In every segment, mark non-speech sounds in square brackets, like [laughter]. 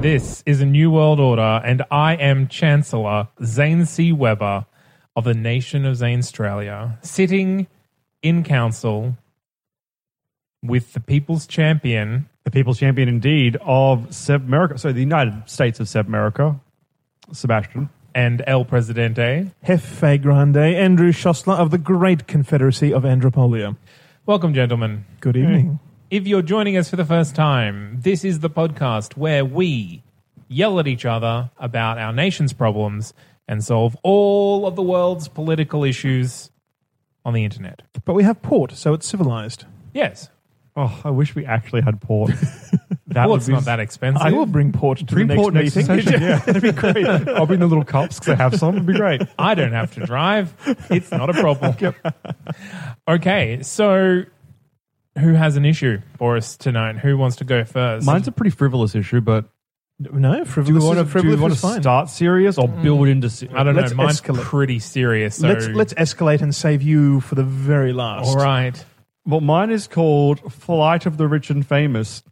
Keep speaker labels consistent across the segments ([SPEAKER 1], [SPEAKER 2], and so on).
[SPEAKER 1] This is a new world order, and I am Chancellor Zane C. Weber of the nation of Zane Australia, sitting in council with the people's champion.
[SPEAKER 2] the people's champion indeed of Seb America. So the United States of Seb America, Sebastian.
[SPEAKER 1] And El Presidente.
[SPEAKER 3] Hefe Grande, Andrew Schossler of the Great Confederacy of Andropolia.
[SPEAKER 1] Welcome, gentlemen.
[SPEAKER 3] Good evening.
[SPEAKER 1] If you're joining us for the first time, this is the podcast where we yell at each other about our nation's problems and solve all of the world's political issues on the internet.
[SPEAKER 3] But we have port, so it's civilized.
[SPEAKER 1] Yes.
[SPEAKER 2] Oh, I wish we actually had
[SPEAKER 3] [laughs]
[SPEAKER 2] port. That
[SPEAKER 1] Well,
[SPEAKER 2] would
[SPEAKER 1] it's
[SPEAKER 2] be-
[SPEAKER 1] not that expensive.
[SPEAKER 3] I will bring port to
[SPEAKER 2] Bring
[SPEAKER 3] the next
[SPEAKER 2] port next
[SPEAKER 3] meeting.
[SPEAKER 2] session. Yeah, that'd be great. I'll bring the little cups because I have some. It'd be great.
[SPEAKER 1] I don't have to drive. It's not a
[SPEAKER 3] [laughs]
[SPEAKER 1] problem. Okay, so who has an issue for us tonight? Who wants to go first?
[SPEAKER 2] Mine's a pretty frivolous issue, but
[SPEAKER 3] [laughs] No,
[SPEAKER 2] do we
[SPEAKER 3] frivolous.
[SPEAKER 2] want
[SPEAKER 3] is-
[SPEAKER 2] to do we
[SPEAKER 3] frivolous
[SPEAKER 2] want
[SPEAKER 3] is
[SPEAKER 2] to
[SPEAKER 3] fine. Mm.
[SPEAKER 2] start serious or build into? Se-
[SPEAKER 1] I don't know.
[SPEAKER 3] let's
[SPEAKER 1] Mine's
[SPEAKER 3] escalate.
[SPEAKER 1] pretty serious. So
[SPEAKER 3] Let's let's escalate and save you for the very last.
[SPEAKER 1] all right.
[SPEAKER 2] Well, mine is called Flight of the Rich and Famous.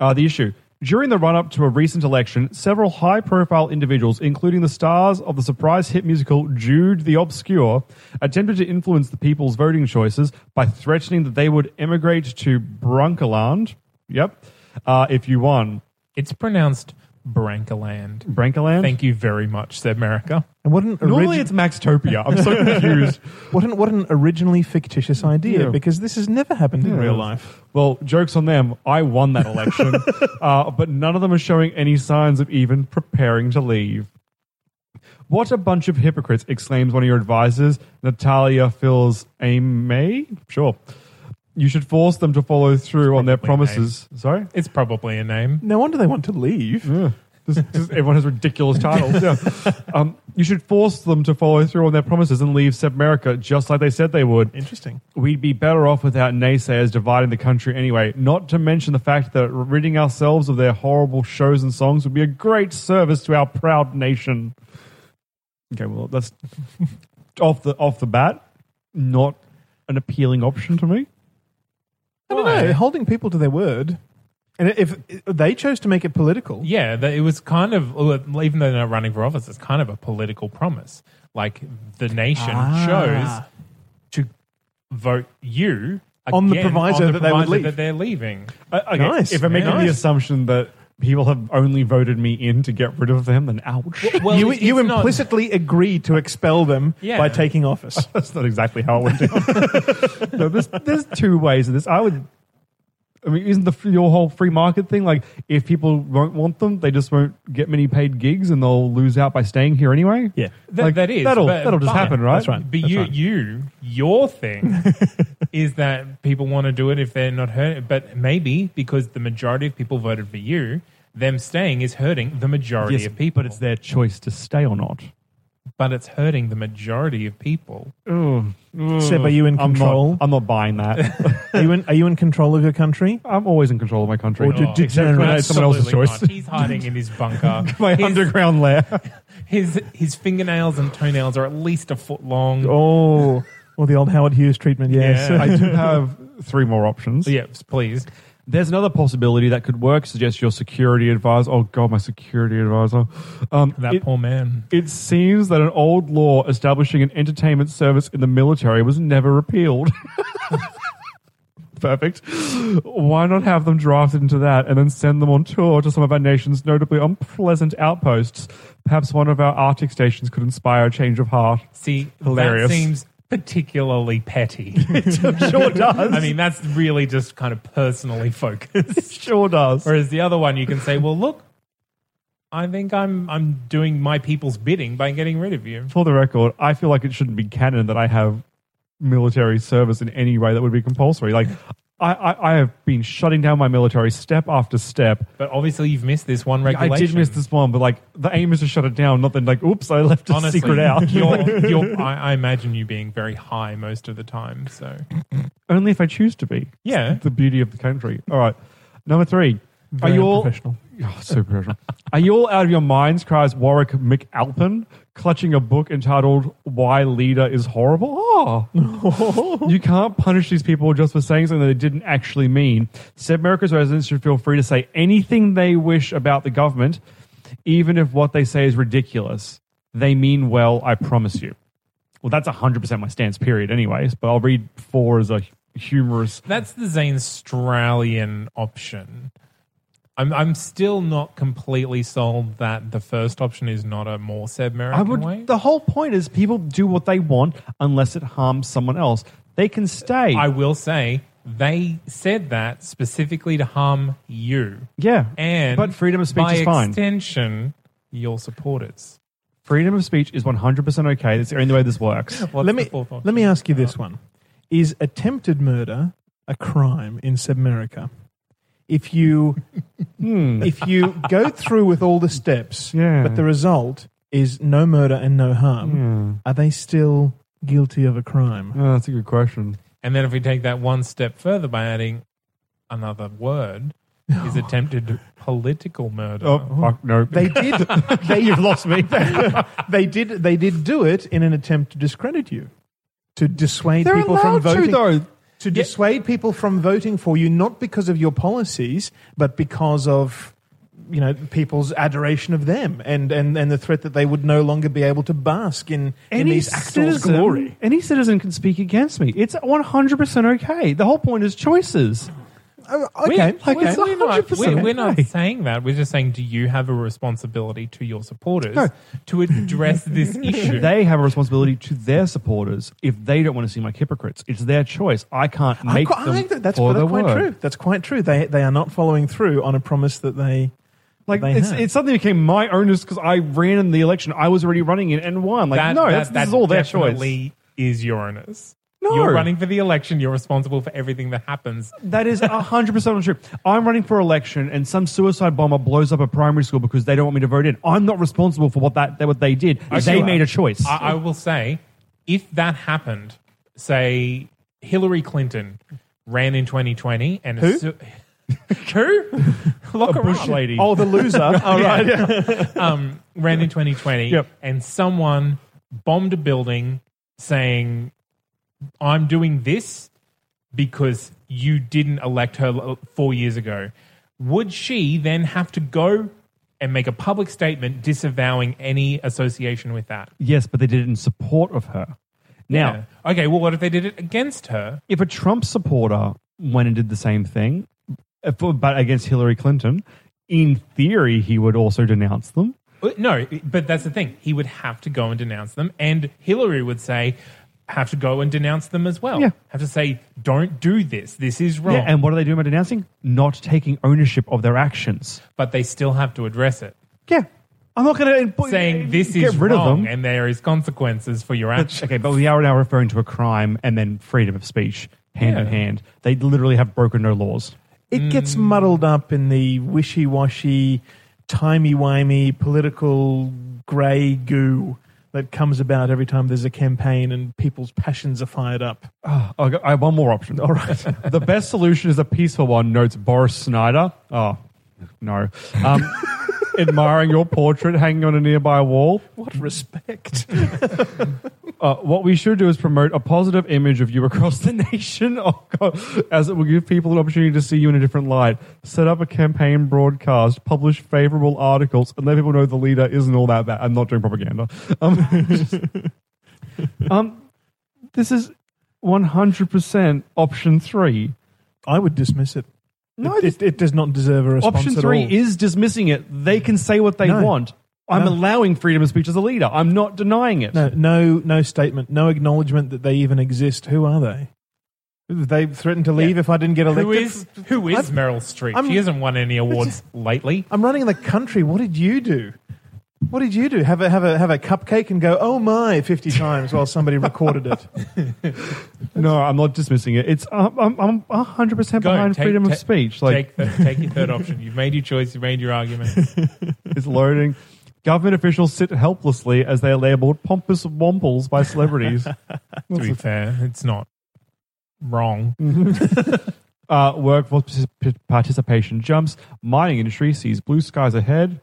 [SPEAKER 2] Uh, the issue. During the run up to a recent election, several high profile individuals, including the stars of the surprise hit musical Jude the Obscure, attempted to influence the people's voting choices by threatening that they would emigrate to Brunkeland. Yep. Uh, if you won,
[SPEAKER 1] It's pronounced Brankaland.
[SPEAKER 2] Brankeland.
[SPEAKER 1] Thank you very much, said America.
[SPEAKER 3] And what an
[SPEAKER 2] Normally
[SPEAKER 3] origi-
[SPEAKER 2] it's Maxtopia. I'm so confused.
[SPEAKER 3] what an what an originally fictitious idea
[SPEAKER 2] Yeah.
[SPEAKER 3] because this has never happened in
[SPEAKER 2] Yeah.
[SPEAKER 3] real life.
[SPEAKER 2] Well, jokes on them. I won that election, uh, but none of them are showing any signs of even preparing to leave. What a bunch of hypocrites! exclaims one of your advisors, Natalia Phils May. Sure, you should force them to follow through on their
[SPEAKER 1] probably
[SPEAKER 2] promises. Sorry,
[SPEAKER 1] It's probably a name.
[SPEAKER 3] No wonder they want to leave.
[SPEAKER 2] This- this- everyone has ridiculous titles. Yeah. Um, you should force them to follow through on their promises and leave South America just like they said they would.
[SPEAKER 3] Interesting.
[SPEAKER 2] we'd be better off without naysayers dividing the country anyway, not to mention the fact that ridding ourselves of their horrible shows and songs would be a great service to our proud nation. Okay, well,
[SPEAKER 1] [laughs]
[SPEAKER 2] that's off the off the bat, not an appealing option to me.
[SPEAKER 3] I don't know. Holding people to their word, and if if they chose to make it political,
[SPEAKER 1] Yeah, that it was kind of even though they're not running for office, it's kind of a political promise. Like the nation
[SPEAKER 3] Ah.
[SPEAKER 1] chose to vote you
[SPEAKER 3] On the
[SPEAKER 1] again
[SPEAKER 3] proviso
[SPEAKER 1] on
[SPEAKER 3] that they would leave.
[SPEAKER 1] that they're leaving.
[SPEAKER 2] Uh, okay,
[SPEAKER 3] Nice.
[SPEAKER 2] If I'm making
[SPEAKER 1] Nice.
[SPEAKER 2] the assumption that people have only voted me in to get rid of them, then ouch.
[SPEAKER 1] Well,
[SPEAKER 3] you
[SPEAKER 1] it's-
[SPEAKER 3] you
[SPEAKER 1] it's not-
[SPEAKER 3] implicitly agreed to expel them
[SPEAKER 1] Yeah.
[SPEAKER 3] by taking
[SPEAKER 2] [laughs]
[SPEAKER 3] office.
[SPEAKER 2] That's not exactly how it went down. [laughs] no, there's, there's two ways of this. I would. I mean, isn't the your whole free market thing like if people won't want them, they just won't get many paid gigs and they'll lose out by staying here anyway?
[SPEAKER 3] Yeah.
[SPEAKER 1] Th-
[SPEAKER 2] Like,
[SPEAKER 1] that is
[SPEAKER 2] that'll-
[SPEAKER 1] but-
[SPEAKER 2] that'll just
[SPEAKER 1] but-
[SPEAKER 2] happen, right? That's right.
[SPEAKER 1] But
[SPEAKER 2] That's
[SPEAKER 1] you,
[SPEAKER 2] right.
[SPEAKER 1] you, your thing
[SPEAKER 2] [laughs]
[SPEAKER 1] is that people want to do it if they're not hurt. But maybe because the majority of people voted for you, them staying is hurting the majority
[SPEAKER 2] Yes,
[SPEAKER 1] of people.
[SPEAKER 2] but it's their choice to stay or not.
[SPEAKER 1] but it's hurting the majority of people.
[SPEAKER 3] Seb, are you in
[SPEAKER 2] I'm
[SPEAKER 3] control?
[SPEAKER 2] not, I'm not buying that.
[SPEAKER 3] [laughs] Are you in, are you in control of your country?
[SPEAKER 2] I'm always in control of my country.
[SPEAKER 3] Or did
[SPEAKER 2] Oh,
[SPEAKER 3] you-
[SPEAKER 2] except when it's someone else's
[SPEAKER 1] Absolutely
[SPEAKER 2] [laughs] choice.
[SPEAKER 1] not. He's hiding in his
[SPEAKER 2] [laughs]
[SPEAKER 1] bunker.
[SPEAKER 2] my
[SPEAKER 1] his,
[SPEAKER 2] underground
[SPEAKER 3] [laughs]
[SPEAKER 2] lair.
[SPEAKER 1] his his fingernails and toenails are at least a foot long.
[SPEAKER 3] Oh, well, the old Howard Hughes treatment. Yes.
[SPEAKER 1] Yeah.
[SPEAKER 2] I do have three more options.
[SPEAKER 1] Yes, please.
[SPEAKER 2] There's another possibility that could work. Suggest your security advisor. Oh god, my security advisor. Um,
[SPEAKER 1] That
[SPEAKER 2] it,
[SPEAKER 1] poor man.
[SPEAKER 2] it seems that an old law establishing an entertainment service in the military was never repealed. [laughs] perfect. Why not have them drafted into that and then send them on tour to some of our nation's notably unpleasant outposts? Perhaps one of our Arctic stations could inspire a change of heart. [laughs]
[SPEAKER 1] See,
[SPEAKER 2] Hilarious.
[SPEAKER 1] that seems particularly petty.
[SPEAKER 2] [laughs] It sure does.
[SPEAKER 1] I mean, that's really just kind of personally
[SPEAKER 2] [laughs]
[SPEAKER 1] focused.
[SPEAKER 2] sure does.
[SPEAKER 1] Whereas the other one, you can say, "Well, look, I think I'm I'm doing my people's bidding by getting rid of you."
[SPEAKER 2] For the record, I feel like it shouldn't be canon that I have military service in any way that would be compulsory. Like, I, I, I have been shutting down my military step after step.
[SPEAKER 1] But obviously, you've missed this one regulation.
[SPEAKER 2] I did miss this one, but like the aim is to shut it down, not then like, oops, I left a
[SPEAKER 1] Honestly,
[SPEAKER 2] secret out.
[SPEAKER 1] You're, you're, I, I imagine you being very high most of the time. So
[SPEAKER 2] [laughs] Only if I choose to be.
[SPEAKER 1] Yeah.
[SPEAKER 2] It's the beauty of the country. All right. Number three.
[SPEAKER 3] Very
[SPEAKER 2] are you all
[SPEAKER 3] unprofessional.
[SPEAKER 2] [laughs] Oh, so professional. are you all out of your minds? Cries Warwick McAlpin, clutching a book entitled "Why Leader Is Horrible." Oh, [laughs] you can't punish these people just for saying something they didn't actually mean. Said America's residents should feel free to say anything they wish about the government, even if what they say is ridiculous. They mean well, I promise you. Well, that's 100% my stance, period, anyways. But I'll read four as a humorous.
[SPEAKER 1] that's the Zane Australian option. I'm I'm still not completely sold that the first option is not a more Seb American
[SPEAKER 2] I would.
[SPEAKER 1] way.
[SPEAKER 2] The whole point is people do what they want unless it harms someone else. They can stay.
[SPEAKER 1] I will say they said that specifically to harm you.
[SPEAKER 2] yeah,
[SPEAKER 1] And
[SPEAKER 2] but freedom of speech
[SPEAKER 1] by
[SPEAKER 2] is fine.
[SPEAKER 1] extension, your supporters.
[SPEAKER 2] freedom of speech is one hundred percent okay. That's the only way this works.
[SPEAKER 1] What's
[SPEAKER 3] let
[SPEAKER 1] the
[SPEAKER 3] me
[SPEAKER 1] fourth option?
[SPEAKER 3] let me ask you this one: Is attempted murder a crime in Submerica? If you if you go through with all the steps,
[SPEAKER 2] Yeah.
[SPEAKER 3] but the result is no murder and no harm, are they still guilty of a crime?
[SPEAKER 2] Oh, that's a good question.
[SPEAKER 1] And then if we take that one step further by adding another
[SPEAKER 2] [laughs]
[SPEAKER 1] word, is attempted political murder.
[SPEAKER 2] Oh, fuck no! [laughs]
[SPEAKER 3] They did. They, You've lost me. [laughs] They, did. They did do it in an attempt to discredit you, to dissuade
[SPEAKER 2] They're
[SPEAKER 3] people
[SPEAKER 2] allowed
[SPEAKER 3] from voting.
[SPEAKER 2] to though.
[SPEAKER 3] to dissuade people from voting for you, not because of your policies, but because of you know people's adoration of them and and, and the threat that they would no longer be able to bask in in these actors' glory.
[SPEAKER 2] any citizen can speak against me. It's one hundred percent okay. The whole point is choices.
[SPEAKER 3] Oh,
[SPEAKER 2] We're-
[SPEAKER 3] okay, okay.
[SPEAKER 2] we're
[SPEAKER 1] We're not,
[SPEAKER 2] 100%
[SPEAKER 1] we're, we're not
[SPEAKER 2] okay.
[SPEAKER 1] saying that. We're just saying, do you have a responsibility to your supporters to address
[SPEAKER 2] [laughs]
[SPEAKER 1] this issue?
[SPEAKER 2] They have a responsibility to their supporters if they don't want to seem like hypocrites. It's their choice. I can't
[SPEAKER 3] I
[SPEAKER 2] make
[SPEAKER 3] qu- I
[SPEAKER 2] them
[SPEAKER 3] think that- that's,
[SPEAKER 2] for
[SPEAKER 3] that's
[SPEAKER 2] their
[SPEAKER 3] quite
[SPEAKER 2] word.
[SPEAKER 3] true. That's quite true. They they are not following through on a promise that they
[SPEAKER 2] Like
[SPEAKER 3] they
[SPEAKER 2] it's
[SPEAKER 3] have.
[SPEAKER 2] it's something that became my onus because I ran in the election. I was already running it and won. Like
[SPEAKER 1] That-
[SPEAKER 2] no,
[SPEAKER 1] that-
[SPEAKER 2] that's,
[SPEAKER 1] that
[SPEAKER 2] this is all their choice.
[SPEAKER 1] definitely Is your onus?
[SPEAKER 2] No.
[SPEAKER 1] you're running for the election. You're responsible for everything that happens.
[SPEAKER 2] That is hundred percent untrue. I'm running for election, and some suicide bomber blows up a primary school because they don't want me to vote in. I'm not responsible for what that, that what they did. they
[SPEAKER 1] you
[SPEAKER 2] made
[SPEAKER 1] are.
[SPEAKER 2] a choice.
[SPEAKER 1] I, I will say, if that happened, say Hillary Clinton ran in 2020 and who? [laughs] who? Lock her
[SPEAKER 2] Bush
[SPEAKER 1] up.
[SPEAKER 2] lady.
[SPEAKER 3] oh the
[SPEAKER 1] [laughs]
[SPEAKER 3] loser. All right.
[SPEAKER 1] um, ran in 2020
[SPEAKER 2] Yep.
[SPEAKER 1] and someone bombed a building saying, I'm doing this because you didn't elect her l- four years ago. Would she then have to go and make a public statement disavowing any association with that?
[SPEAKER 2] yes, but they did it in support of her. Now,
[SPEAKER 1] Yeah. Okay, well, what if they did it against her?
[SPEAKER 2] if a Trump supporter went and did the same thing, uh, for- but against Hillary Clinton, in theory, he would also denounce them.
[SPEAKER 1] Uh, No, but that's the thing. He would have to go and denounce them, and Hillary would say, have to go and denounce them as well.
[SPEAKER 2] Yeah.
[SPEAKER 1] Have to say, don't do this. This is wrong.
[SPEAKER 2] Yeah, and what are they doing by denouncing? Not taking ownership of their actions.
[SPEAKER 1] but they still have to address it,
[SPEAKER 2] Yeah, I'm not going to
[SPEAKER 1] saying this is wrong and there is consequences for your
[SPEAKER 2] But-
[SPEAKER 1] actions.
[SPEAKER 2] [laughs] okay, but we are now referring to a crime and then freedom of speech hand in
[SPEAKER 1] Yeah.
[SPEAKER 2] hand. They literally have broken no laws.
[SPEAKER 3] It gets muddled up in the wishy washy, timey wimey political grey goo that comes about every time there's a campaign and people's passions are fired up.
[SPEAKER 2] Ah, Okay, I have one more option. All [laughs] right. the best solution is a peaceful one, notes Boris Snyder. Oh, no. [laughs] Um, admiring your portrait hanging on a nearby wall.
[SPEAKER 3] What respect.
[SPEAKER 2] Uh, what we should do is promote a positive image of you across the [laughs] nation, oh God, as it will give people an opportunity to see you in a different light. Set up a campaign broadcast, publish favorable articles, and let people know the leader isn't all that bad. I'm not doing propaganda. Um, [laughs] um, this is 100% option three.
[SPEAKER 3] I would dismiss it.
[SPEAKER 2] No,
[SPEAKER 3] it, it, it does not deserve a response.
[SPEAKER 2] Option
[SPEAKER 3] at
[SPEAKER 2] three
[SPEAKER 3] all.
[SPEAKER 2] is dismissing it. They can say what they
[SPEAKER 3] No.
[SPEAKER 2] want. I'm
[SPEAKER 3] No.
[SPEAKER 2] allowing freedom of speech as a leader. I'm not denying it.
[SPEAKER 3] no, no, no statement, no acknowledgement that they even exist. Who are they? They threatened to leave if I didn't get elected.
[SPEAKER 1] Who is who is
[SPEAKER 3] I'm-
[SPEAKER 1] Meryl Streep?
[SPEAKER 3] I'm-
[SPEAKER 1] she hasn't won any awards lately.
[SPEAKER 3] I'm running the country. What did you do? What did you do? Have a have a have a cupcake and go, oh my, fifty times
[SPEAKER 2] [laughs]
[SPEAKER 3] while somebody recorded it.
[SPEAKER 2] No, I'm not dismissing it. It's I'm I'm, I'm 100 percent
[SPEAKER 1] Go
[SPEAKER 2] behind
[SPEAKER 1] take-
[SPEAKER 2] freedom
[SPEAKER 1] ta-
[SPEAKER 2] of speech. Like
[SPEAKER 1] take, the, take your third option. You've made your choice. You've made your argument.
[SPEAKER 2] [laughs] it's loading. Government officials sit helplessly as they are labelled pompous wamples
[SPEAKER 1] [laughs]
[SPEAKER 2] by celebrities.
[SPEAKER 1] to be fair, it's not wrong.
[SPEAKER 2] Mm, uh, workforce particip- participation jumps. Mining industry sees blue skies ahead,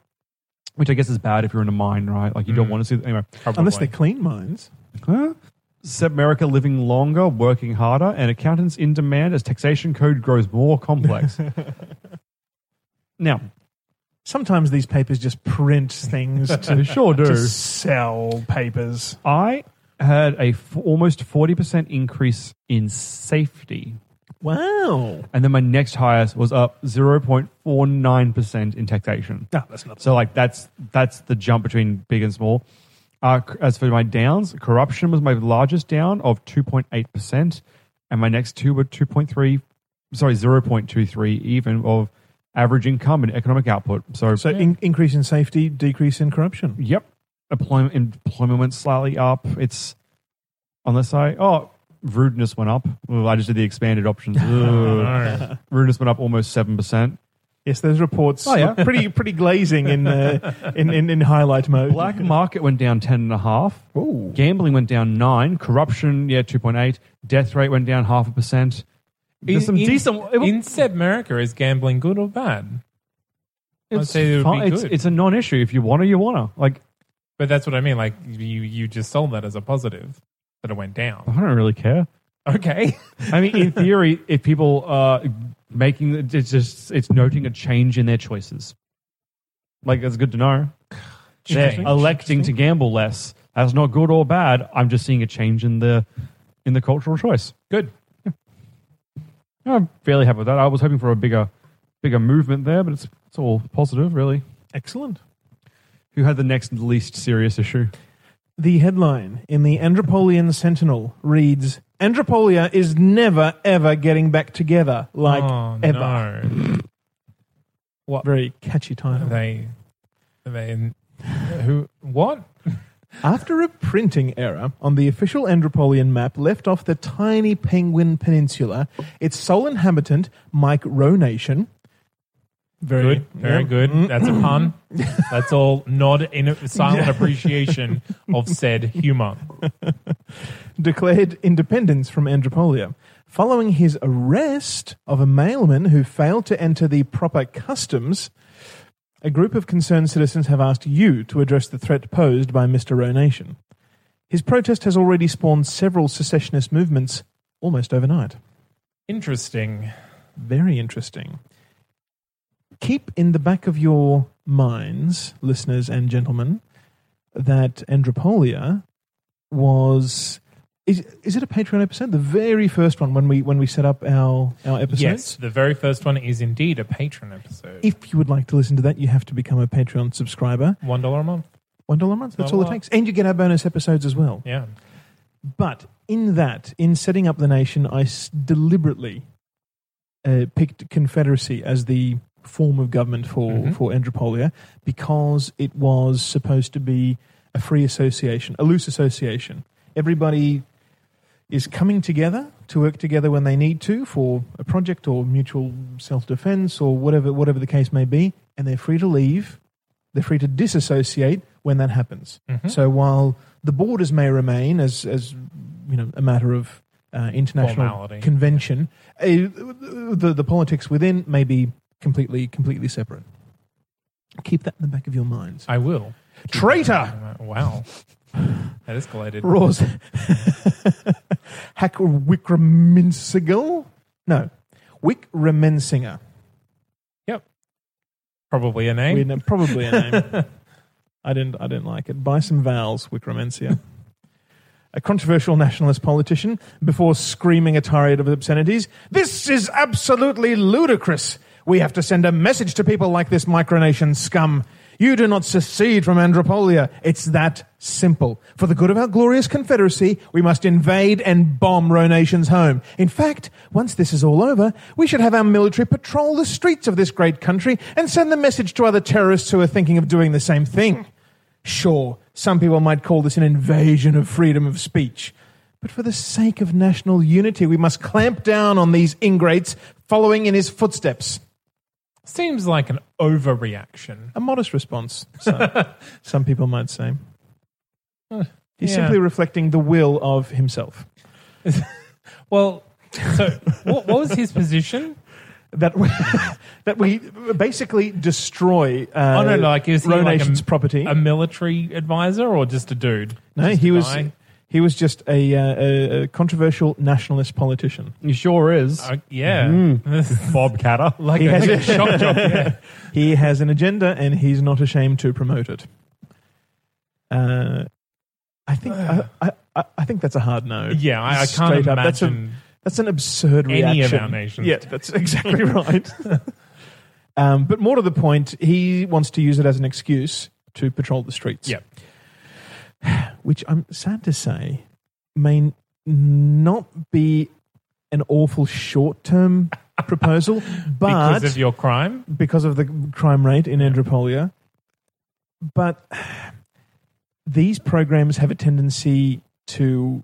[SPEAKER 2] which I guess is bad if you're in a mine, right? Like you
[SPEAKER 1] Mm.
[SPEAKER 2] don't want to see. Anyway,
[SPEAKER 3] Unless they're clean minds.
[SPEAKER 2] Huh? Set America living longer, working harder, and accountants in demand as taxation code grows more complex. now,
[SPEAKER 3] Sometimes these papers just print
[SPEAKER 2] [laughs]
[SPEAKER 3] things
[SPEAKER 2] they
[SPEAKER 3] to,
[SPEAKER 2] sure do.
[SPEAKER 3] to sell papers.
[SPEAKER 2] I had a f- almost 40% increase in safety.
[SPEAKER 3] Wow.
[SPEAKER 2] And then my next highest was up 0.49% in taxation.
[SPEAKER 3] No, that's not
[SPEAKER 2] So like that's that's the jump between big and small. Uh, c- as for my downs, corruption was my largest down of 2.8%, and my next two were 2.3, sorry, 0.23 even of average income and economic output. So,
[SPEAKER 3] So in, increase in safety, decrease in corruption.
[SPEAKER 2] yep, employment employment went slightly up. It's unless I oh rudeness went up. Well, I just did the expanded
[SPEAKER 3] [laughs]
[SPEAKER 2] options. Ugh. rudeness went up almost seven percent.
[SPEAKER 3] Yes, those reports
[SPEAKER 2] Oh, yeah.
[SPEAKER 3] look pretty pretty glazing in, uh, in in in highlight mode.
[SPEAKER 1] [laughs]
[SPEAKER 2] Black market went down ten and a half.
[SPEAKER 3] Ooh.
[SPEAKER 2] Gambling went down nine. Corruption, yeah, two point eight. Death rate went down half a percent. There's some decent. it-
[SPEAKER 1] in said America, is gambling good or bad? I'd say it would
[SPEAKER 2] fine.
[SPEAKER 1] be
[SPEAKER 2] it's,
[SPEAKER 1] good.
[SPEAKER 2] it's a non-issue. If you want to, you want to. Like
[SPEAKER 1] But that's what I mean. Like you, you just sold that as a positive that it went
[SPEAKER 2] I
[SPEAKER 1] down.
[SPEAKER 2] don't really care.
[SPEAKER 1] Okay,
[SPEAKER 2] I mean, in theory, if people are making it's just it's noting a change in their choices. Like that's good to know. They're
[SPEAKER 1] Change.
[SPEAKER 2] electing to gamble less. That's not good or bad. I'm just seeing a change in the in the cultural choice.
[SPEAKER 1] good.
[SPEAKER 2] I'm fairly happy with that. I was hoping for a bigger, bigger movement there, but it's it's all positive, really.
[SPEAKER 3] Excellent.
[SPEAKER 2] Who had the next least serious issue?
[SPEAKER 3] The headline in the Andropolian Sentinel reads Andropolia is never ever getting back together like
[SPEAKER 1] oh
[SPEAKER 3] ever.
[SPEAKER 1] no,
[SPEAKER 3] Very catchy title.
[SPEAKER 1] they, they, who? What?
[SPEAKER 3] After a printing error on the official Andropolian map left off the tiny Penguin Peninsula, its sole inhabitant, Micronation. Very Mm-hmm.
[SPEAKER 1] Good, very
[SPEAKER 3] yeah.
[SPEAKER 1] good. That's a pun. That's all. Nod in silent appreciation
[SPEAKER 3] [laughs]
[SPEAKER 1] of said humor.
[SPEAKER 3] declared independence from Andropolia. Following his arrest of a mailman who failed to enter the proper customs, a group of concerned citizens have asked you to address the threat posed by Mr. Ronation. His protest has already spawned several secessionist movements almost overnight.
[SPEAKER 1] Interesting.
[SPEAKER 3] Very interesting. Keep in the back of your minds, listeners and gentlemen, that Andropolia was. Is, is it a Patreon episode? The very first one when we when we set up our our episodes.
[SPEAKER 1] Yes, the very first one is indeed a patron episode.
[SPEAKER 3] If you would like to listen to that, you have to become a Patreon subscriber.
[SPEAKER 1] One dollar a month.
[SPEAKER 3] One dollar a month. That's
[SPEAKER 1] Not a
[SPEAKER 3] all it
[SPEAKER 1] lot.
[SPEAKER 3] takes, and you get our bonus episodes as well.
[SPEAKER 1] Yeah.
[SPEAKER 3] But in that, in setting up the nation, I s- deliberately uh, picked Confederacy as the form of government for, for Andropolia because it was supposed to be a free association, a loose association. Everybody is coming together to work together when they need to for a project or mutual self defense or whatever, whatever the case may be, and they're free to leave. They're free to disassociate when that happens. So while the borders may remain as, as you know, a matter of uh, international
[SPEAKER 1] Formality.
[SPEAKER 3] convention, uh, the, the politics within may be completely, completely separate. Keep that in the back of your minds.
[SPEAKER 1] I will.
[SPEAKER 3] Traitor!
[SPEAKER 1] Wow. That escalated. [laughs]
[SPEAKER 3] Roars. Hack Wickraminsigal? No. Wickraminsinger.
[SPEAKER 1] Yep. Probably a name.
[SPEAKER 3] Weird name. Probably a name. I didn't I didn't like it. Buy some vowels, Wickramensia. a controversial nationalist politician, before screaming a tirade of obscenities. This is absolutely ludicrous. We have to send a message to people like this micronation scum. You do not secede from Andropolia. It's that simple. For the good of our glorious Confederacy, we must invade and bomb Ronation's home. In fact, once this is all over, we should have our military patrol the streets of this great country and send the message to other terrorists who are thinking of doing the same thing. Sure, some people might call this an invasion of freedom of speech. But for the sake of national unity, we must clamp down on these ingrates following in his footsteps.
[SPEAKER 1] Seems like an overreaction.
[SPEAKER 3] A modest response,
[SPEAKER 1] [laughs]
[SPEAKER 3] some, some people might say. He's
[SPEAKER 1] yeah.
[SPEAKER 3] simply reflecting the will of himself.
[SPEAKER 1] Well, so what, what was his position?
[SPEAKER 3] That we, [laughs] that we basically destroy uh,
[SPEAKER 1] I don't know. Oh, Like, is he like
[SPEAKER 3] Ronation's
[SPEAKER 1] a,
[SPEAKER 3] property.
[SPEAKER 1] a military advisor or just a dude?
[SPEAKER 3] no,
[SPEAKER 1] Just
[SPEAKER 3] he
[SPEAKER 1] a
[SPEAKER 3] was,
[SPEAKER 1] guy?
[SPEAKER 3] he was just a, uh, a, a controversial nationalist politician.
[SPEAKER 2] He sure is.
[SPEAKER 1] Uh, yeah, [laughs]
[SPEAKER 2] Bob Catter.
[SPEAKER 1] like
[SPEAKER 3] Mm. He
[SPEAKER 1] a,
[SPEAKER 3] has-
[SPEAKER 1] like a shock job. Yeah.
[SPEAKER 3] He has an agenda, and he's not ashamed to promote it. Uh, I think I, I, I- I think that's a hard no.
[SPEAKER 1] Yeah, I, I can't
[SPEAKER 3] Straight
[SPEAKER 1] imagine.
[SPEAKER 3] up. That's, a, that's an absurd
[SPEAKER 1] any of
[SPEAKER 3] reaction.
[SPEAKER 1] our nations.
[SPEAKER 3] Yeah, that's exactly [laughs] right. um, but more to the point, he wants to use it as an excuse to patrol the streets.
[SPEAKER 1] Yep.
[SPEAKER 3] which I'm sad to say may n- not be an awful short-term proposal,
[SPEAKER 1] [laughs]
[SPEAKER 3] but
[SPEAKER 1] because of your crime.
[SPEAKER 3] because of the crime rate in Andropolia. But these programs have a tendency to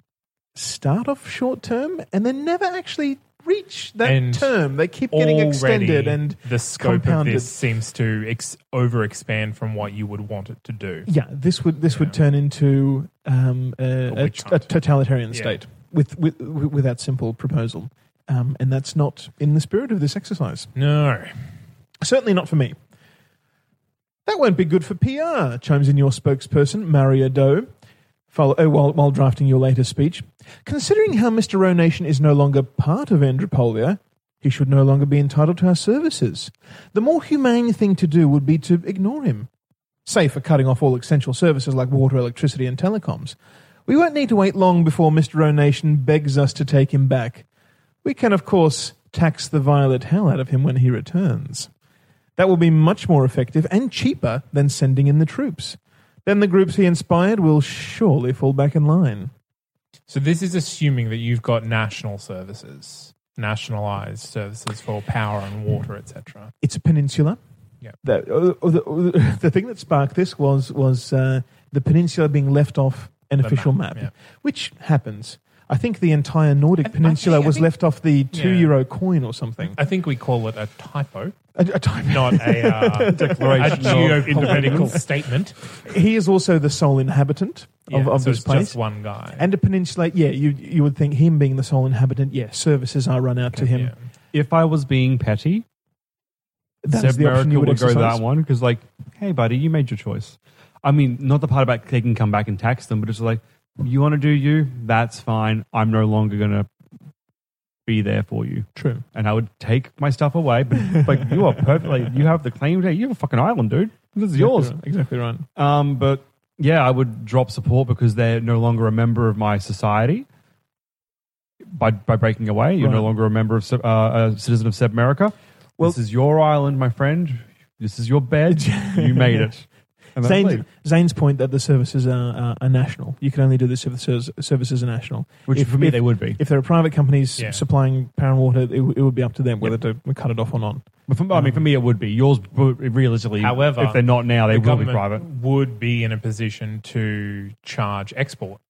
[SPEAKER 3] start off short term and then never actually reach that
[SPEAKER 1] And
[SPEAKER 3] term. They keep getting extended
[SPEAKER 1] Already
[SPEAKER 3] and
[SPEAKER 1] the scope
[SPEAKER 3] compounded.
[SPEAKER 1] of this seems to ex- over expand from what you would want it to do.
[SPEAKER 3] yeah, this would this would turn into um, a, a,
[SPEAKER 1] witch
[SPEAKER 3] a
[SPEAKER 1] hunt.
[SPEAKER 3] totalitarian
[SPEAKER 1] Yeah.
[SPEAKER 3] state with, with with that simple proposal, um, and that's not in the spirit of this exercise.
[SPEAKER 1] No,
[SPEAKER 3] Certainly not for me. That won't be good for PR, chimes in your spokesperson, Maria Doe, follow, oh, while, while drafting your latest speech. Considering how Mr. Ronation is no longer part of Andropolia, he should no longer be entitled to our services. The more humane thing to do would be to ignore him, save for cutting off all essential services like water, electricity, and telecoms. We won't need to wait long before Mr. Ronation begs us to take him back. We can, of course, tax the violet hell out of him when he returns. That will be much more effective and cheaper than sending in the troops. Then the groups he inspired will surely fall back in line.
[SPEAKER 1] so this is assuming that you've got national services, nationalized services for power and water, etc.
[SPEAKER 3] It's a peninsula.
[SPEAKER 1] Yeah.
[SPEAKER 3] The, uh, the, uh, [laughs] the thing that sparked this was was uh, the peninsula being left off an
[SPEAKER 1] The
[SPEAKER 3] official map,
[SPEAKER 1] map, yeah.
[SPEAKER 3] which happens. I think the entire Nordic
[SPEAKER 1] I- I think-
[SPEAKER 3] peninsula
[SPEAKER 1] I
[SPEAKER 3] was
[SPEAKER 1] think-
[SPEAKER 3] left off the two
[SPEAKER 1] Yeah.
[SPEAKER 3] euro coin or something.
[SPEAKER 1] I think we call it a typo,
[SPEAKER 3] A- a type- [laughs]
[SPEAKER 1] not a, uh,
[SPEAKER 2] Declaration
[SPEAKER 1] a
[SPEAKER 2] of
[SPEAKER 1] geopolitical
[SPEAKER 2] independence.
[SPEAKER 1] statement
[SPEAKER 3] he is also the sole inhabitant of,
[SPEAKER 1] Yeah,
[SPEAKER 3] of
[SPEAKER 1] so
[SPEAKER 3] this
[SPEAKER 1] it's
[SPEAKER 3] place.
[SPEAKER 1] Just one guy.
[SPEAKER 3] And a peninsula, yeah, you you would think him being the sole inhabitant, yeah, services are run out to him.
[SPEAKER 1] Yeah.
[SPEAKER 2] If I was being petty,
[SPEAKER 3] That's
[SPEAKER 2] Zeb
[SPEAKER 3] the option
[SPEAKER 2] America
[SPEAKER 3] you would
[SPEAKER 2] would go
[SPEAKER 3] exercise.
[SPEAKER 2] that one because, like, hey, buddy, you made your choice. I mean, not the part about they can come back and tax them, but it's like you want to do you. That's fine. I'm no longer gonna be there for you.
[SPEAKER 3] True.
[SPEAKER 2] and I would take my stuff away. But like you are perfect. Like, you have the claim. Hey, you have a fucking island, dude. This is yours.
[SPEAKER 3] Exactly right.
[SPEAKER 2] Um, but yeah, I would drop support because they're no longer a member of my society. By by breaking away, you're
[SPEAKER 3] Right.
[SPEAKER 2] no longer a member of Sub- uh, a citizen of Sub America.
[SPEAKER 3] Well-
[SPEAKER 2] this is your island, my friend. This is your bed. you [laughs] made it. And then
[SPEAKER 3] Zane's,
[SPEAKER 2] leave.
[SPEAKER 3] Zane's point that the services are, are, are national. You can only do this if the service, services are national.
[SPEAKER 2] which
[SPEAKER 3] if,
[SPEAKER 2] for me
[SPEAKER 3] if,
[SPEAKER 2] they would be.
[SPEAKER 3] If there are private companies
[SPEAKER 1] Yeah.
[SPEAKER 3] supplying power and water, it, w- it would be up to them whether to cut it off or not.
[SPEAKER 2] But for, I mean, for me it would be yours. would- Realistically,
[SPEAKER 1] However,
[SPEAKER 2] if they're not now, they
[SPEAKER 1] the
[SPEAKER 2] will be
[SPEAKER 1] government
[SPEAKER 2] private.
[SPEAKER 1] would be in a position to charge export.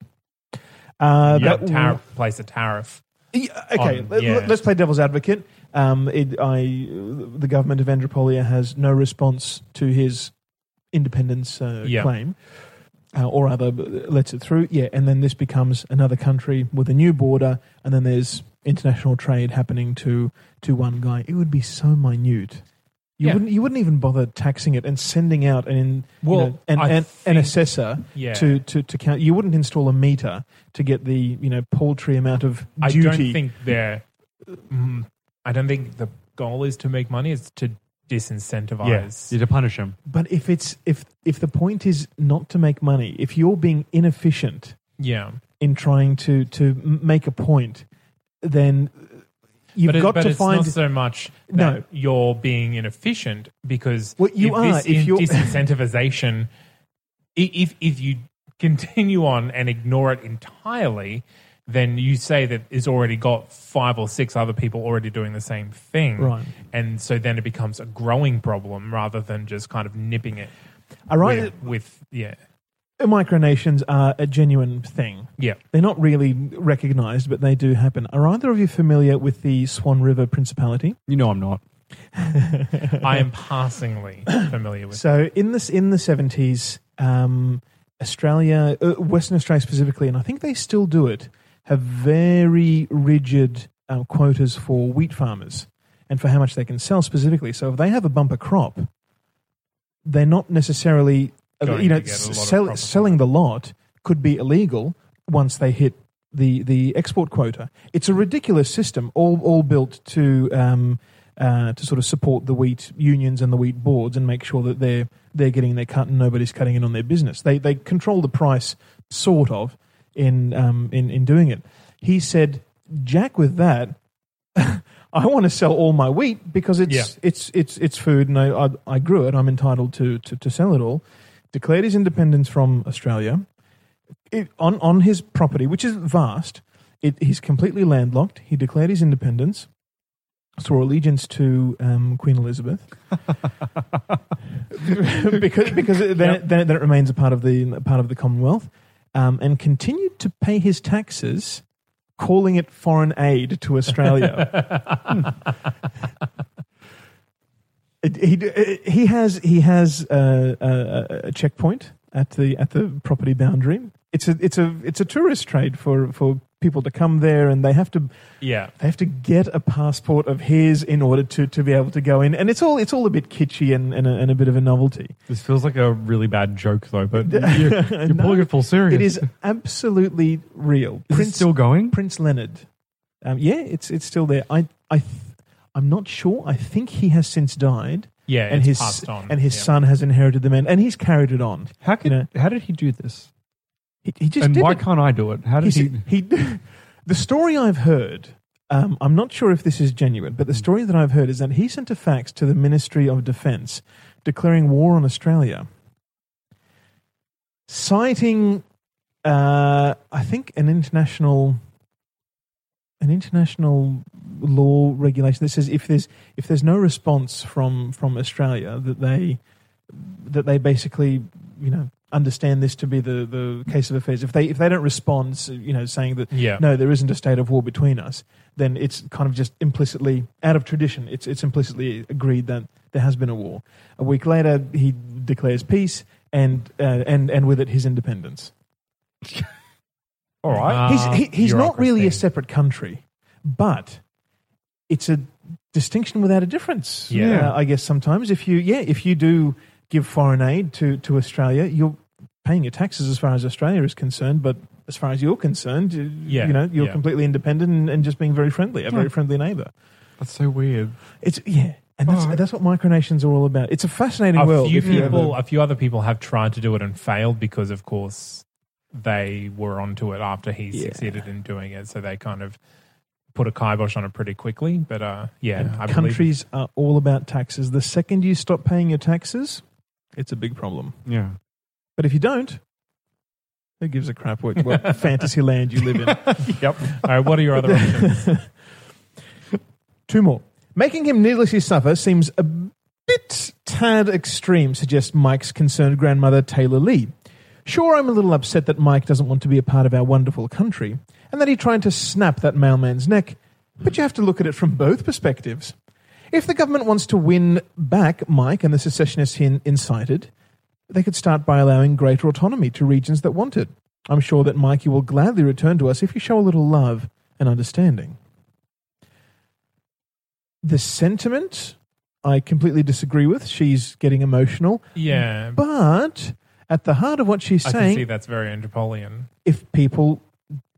[SPEAKER 3] Uh,
[SPEAKER 1] Yeah,
[SPEAKER 3] that-
[SPEAKER 1] tariff, place a tariff.
[SPEAKER 3] Yeah, okay,
[SPEAKER 1] on-
[SPEAKER 3] let,
[SPEAKER 1] yeah.
[SPEAKER 3] us play devil's advocate. Um, it, I, the government of Andropolia has no response to his independence uh,
[SPEAKER 1] Yeah.
[SPEAKER 3] claim, uh, or other b- lets it through. Yeah, and then this becomes another country with a new border, and then there's international trade happening to to one guy. It would be so minute. You
[SPEAKER 1] Yeah.
[SPEAKER 3] wouldn't. You wouldn't even bother taxing it and sending out an in, you
[SPEAKER 1] Well,
[SPEAKER 3] know, an,
[SPEAKER 1] I
[SPEAKER 3] an, an
[SPEAKER 1] think-
[SPEAKER 3] assessor
[SPEAKER 1] Yeah.
[SPEAKER 3] to, to, to count. You wouldn't install a meter to get the you know paltry amount of
[SPEAKER 1] I
[SPEAKER 3] duty.
[SPEAKER 1] don't think they're. Mm, I don't think the goal is to make money. It's to disincentivize.
[SPEAKER 2] Yeah, to punish them.
[SPEAKER 3] But if it's if if the point is not to make money, if you're being inefficient,
[SPEAKER 1] Yeah.
[SPEAKER 3] in trying to to m- make a point, then you've
[SPEAKER 1] but it-
[SPEAKER 3] got
[SPEAKER 1] but
[SPEAKER 3] to
[SPEAKER 1] it's
[SPEAKER 3] find
[SPEAKER 1] not so much that
[SPEAKER 3] No.
[SPEAKER 1] you're being inefficient because
[SPEAKER 3] Well, you
[SPEAKER 1] if
[SPEAKER 3] are,
[SPEAKER 1] this
[SPEAKER 3] if
[SPEAKER 1] in-
[SPEAKER 3] you're-
[SPEAKER 1] disincentivization, i- if if you continue on and ignore it entirely, then you say that it's already got five or six other people already doing the same thing,
[SPEAKER 3] Right.
[SPEAKER 1] And so then it becomes a growing problem rather than just kind of nipping it
[SPEAKER 3] I write
[SPEAKER 1] with, with yeah
[SPEAKER 3] that micronations are a genuine thing.
[SPEAKER 1] yeah.
[SPEAKER 3] They're not really recognized, but they do happen. Are either of you familiar with the Swan River Principality?
[SPEAKER 2] You know I'm not.
[SPEAKER 1] I am
[SPEAKER 3] [coughs]
[SPEAKER 1] passingly familiar with.
[SPEAKER 3] So in this in the seventies, um, Australia, uh, Western Australia specifically, and I think they still do it, have very rigid um, quotas for wheat farmers and for how much they can sell specifically. So if they have a bumper crop, they're not necessarily uh,
[SPEAKER 1] Going
[SPEAKER 3] you know
[SPEAKER 1] to get a lot of
[SPEAKER 3] s- sell,
[SPEAKER 1] profit.
[SPEAKER 3] selling the lot could be illegal once they hit the the export quota. It's a ridiculous system, all all built to. Um, uh, to sort of support the wheat unions and the wheat boards and make sure that they're they're getting their cut and nobody's cutting in on their business. They they control the price sort of in um, in in doing it. He said, "Jack, with that, I want to sell all my wheat because it's
[SPEAKER 1] Yeah.
[SPEAKER 3] it's it's it's food, and I, I I grew it. I'm entitled to to to sell it all." Declared his independence from Australia it, on on his property, which is vast. It, he's completely landlocked. He declared his independence, swore allegiance to um, Queen Elizabeth, [laughs] because because it, then, it, then, it, then it remains a part of the part of the Commonwealth, um, and continued to pay his taxes, calling it foreign aid to Australia. It- he it- he has he has uh, a, a, a checkpoint at the at the property boundary. It's a it's a it's a tourist trade for for people to come there, and they have to
[SPEAKER 1] Yeah,
[SPEAKER 3] they have to get a passport of his in order to to be able to go in. And it's all it's all a bit kitschy and and a, and a bit of a novelty.
[SPEAKER 2] This feels like a really bad joke, though, but [laughs] you're, you're pulling it full serious.
[SPEAKER 3] It is absolutely real.
[SPEAKER 2] Is it still going?
[SPEAKER 3] Prince Leonard. Um, yeah, it's it's still there. I I th- I'm not sure. I think he has since died.
[SPEAKER 1] yeah,
[SPEAKER 3] and
[SPEAKER 1] it's
[SPEAKER 3] his
[SPEAKER 1] passed on.
[SPEAKER 3] and his
[SPEAKER 1] Yeah.
[SPEAKER 3] son has inherited the man, and he's carried it on.
[SPEAKER 2] How could,
[SPEAKER 3] You know,
[SPEAKER 2] How did he do this?
[SPEAKER 3] he, he just
[SPEAKER 2] and
[SPEAKER 3] did
[SPEAKER 2] why
[SPEAKER 3] it.
[SPEAKER 2] can't I do it? How did
[SPEAKER 3] He's-
[SPEAKER 2] he? [laughs]
[SPEAKER 3] he, the story I've heard. Um, I'm not sure if this is genuine, but the
[SPEAKER 2] Mm.
[SPEAKER 3] story that I've heard is that he sent a fax to the Ministry of Defence declaring war on Australia, citing, uh, I think, an international, an international law regulation that says if there's if there's no response from from Australia that they that they basically you know understand this to be the the case of affairs if they if they don't respond so, you know saying that
[SPEAKER 1] Yeah.
[SPEAKER 3] no there isn't a state of war between us then it's kind of just implicitly out of tradition it's it's implicitly agreed that there has been a war a week later he declares peace and uh, and and with it his independence
[SPEAKER 2] All right.
[SPEAKER 3] he's he, he's not really a
[SPEAKER 1] Ah, bureaucracy.
[SPEAKER 3] separate country, but it's a distinction without a difference.
[SPEAKER 1] Yeah.
[SPEAKER 3] uh, I guess sometimes if you yeah if you do give foreign aid to to Australia, you're paying your taxes as far as Australia is concerned, but as far as you're concerned, you,
[SPEAKER 1] Yeah,
[SPEAKER 3] you know you're
[SPEAKER 1] yeah.
[SPEAKER 3] completely independent and, and just being very friendly, a very friendly neighbour.
[SPEAKER 2] That's so weird.
[SPEAKER 3] It's yeah. And that's,
[SPEAKER 2] Alright.
[SPEAKER 3] that's what micronations are all about. It's a fascinating
[SPEAKER 1] a
[SPEAKER 3] world.
[SPEAKER 1] few
[SPEAKER 3] if you ever-
[SPEAKER 1] people, a few other people have tried to do it and failed because, of course, they were onto it after he
[SPEAKER 3] Yeah.
[SPEAKER 1] succeeded in doing it. So they kind of put a kibosh on it pretty quickly. But uh, yeah, I believe
[SPEAKER 3] countries are all about taxes. The second you stop paying your taxes, it's a big problem.
[SPEAKER 2] Yeah.
[SPEAKER 3] But if you don't, who gives a crap what, what fantasy land you live in?
[SPEAKER 2] Yep.
[SPEAKER 1] [laughs] All right, what are your other options?
[SPEAKER 3] [laughs] Two more. Making him needlessly suffer seems a bit tad extreme, suggests Mike's concerned grandmother, Taylor Lee. Sure, I'm a little upset that Mike doesn't want to be a part of our wonderful country and that he tried to snap that mailman's neck, but you have to look at it from both perspectives. If the government wants to win back Mike and the secessionists he in- incited, they could start by allowing greater autonomy to regions that want it. I'm sure that Mikey will gladly return to us if you show a little love and understanding. The sentiment, I completely disagree with. She's getting emotional.
[SPEAKER 1] Yeah,
[SPEAKER 3] But at the heart of what she's
[SPEAKER 1] I can see
[SPEAKER 3] saying,
[SPEAKER 1] that's very Interpolian.
[SPEAKER 3] if people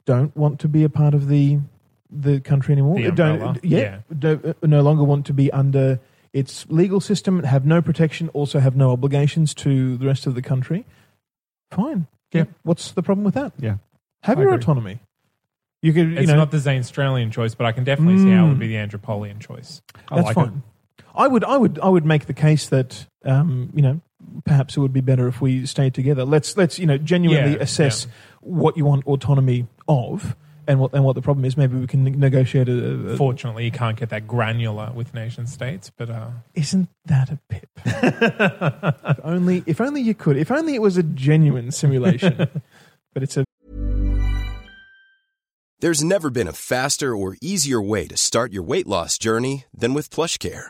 [SPEAKER 3] don't want to be a part of the the country anymore,
[SPEAKER 1] The
[SPEAKER 3] uh,
[SPEAKER 1] umbrella,
[SPEAKER 3] don't, yeah,
[SPEAKER 1] yeah.
[SPEAKER 3] don't- uh, no longer want to be under its legal system, have no protection, also have no obligations to the rest of the country, fine.
[SPEAKER 2] Yep.
[SPEAKER 3] What's the problem with that?
[SPEAKER 2] Yeah.
[SPEAKER 3] Have
[SPEAKER 2] I
[SPEAKER 3] your
[SPEAKER 2] agree.
[SPEAKER 3] autonomy. You could, you
[SPEAKER 1] It's
[SPEAKER 3] know, Hmm.
[SPEAKER 1] not the Zane Australian choice, but I can definitely see how it would be the Andropolian choice.
[SPEAKER 2] I
[SPEAKER 3] that's
[SPEAKER 2] like
[SPEAKER 3] fine. I would, I would, I would make the case that, um, you know, perhaps it would be better if we stayed together. Let's, let's, you know, genuinely
[SPEAKER 1] Yeah,
[SPEAKER 3] assess what you want autonomy of, and what and what the problem is. Maybe we can neg- negotiate a. a
[SPEAKER 1] Fortunately, you can't get that granular with nation states, but uh,
[SPEAKER 3] isn't that a
[SPEAKER 1] [laughs]
[SPEAKER 3] pip? if only, if only you could. If only it was a genuine
[SPEAKER 1] [laughs]
[SPEAKER 3] simulation. but it's a
[SPEAKER 4] There's never been a faster or easier way to start your weight loss journey than with PlushCare.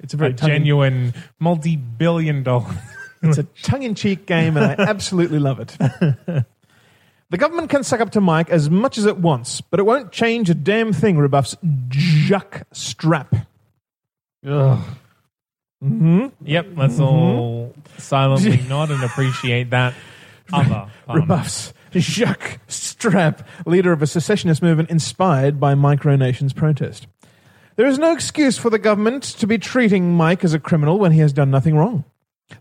[SPEAKER 3] it's a
[SPEAKER 1] a
[SPEAKER 3] very tongue in-
[SPEAKER 1] genuine multi-billion dollar.
[SPEAKER 3] It's a tongue in cheek game, and I absolutely love it. the government can suck up to Mike as much as it wants, but it won't change a damn thing, rebuffs Juck Strap.
[SPEAKER 1] yep, let's
[SPEAKER 3] Mm-hmm.
[SPEAKER 1] all
[SPEAKER 3] [laughs]
[SPEAKER 1] silently nod and appreciate that other part.
[SPEAKER 3] Rebuffs Jacques Strap, leader of a secessionist movement inspired by micronations protest. There is no excuse for the government to be treating Mike as a criminal when he has done nothing wrong.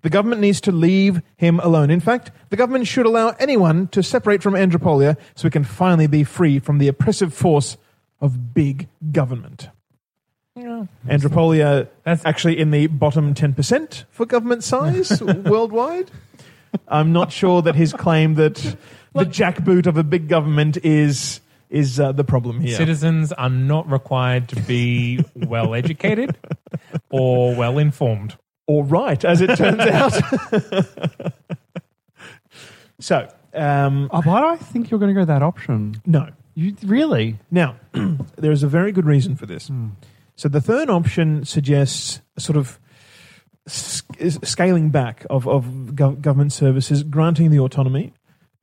[SPEAKER 3] The government needs to leave him alone. In fact, the government should allow anyone to separate from Andropolia so we can finally be free from the oppressive force of big government. Andropolia
[SPEAKER 1] That's-
[SPEAKER 3] actually in the bottom 10% for government size worldwide. I'm not sure that his claim that the jackboot of a big government is is uh, the problem here.
[SPEAKER 1] Citizens are not required to be well educated or well informed.
[SPEAKER 3] or right, as it turns out. [laughs] so, um,
[SPEAKER 2] Oh, why do I think you're going to go that option?
[SPEAKER 3] no.
[SPEAKER 2] You really?
[SPEAKER 3] Now, [clears throat] there is a very good reason for this. So, the third option suggests a sort of sc- is- scaling back of, of gov- government services, granting the autonomy.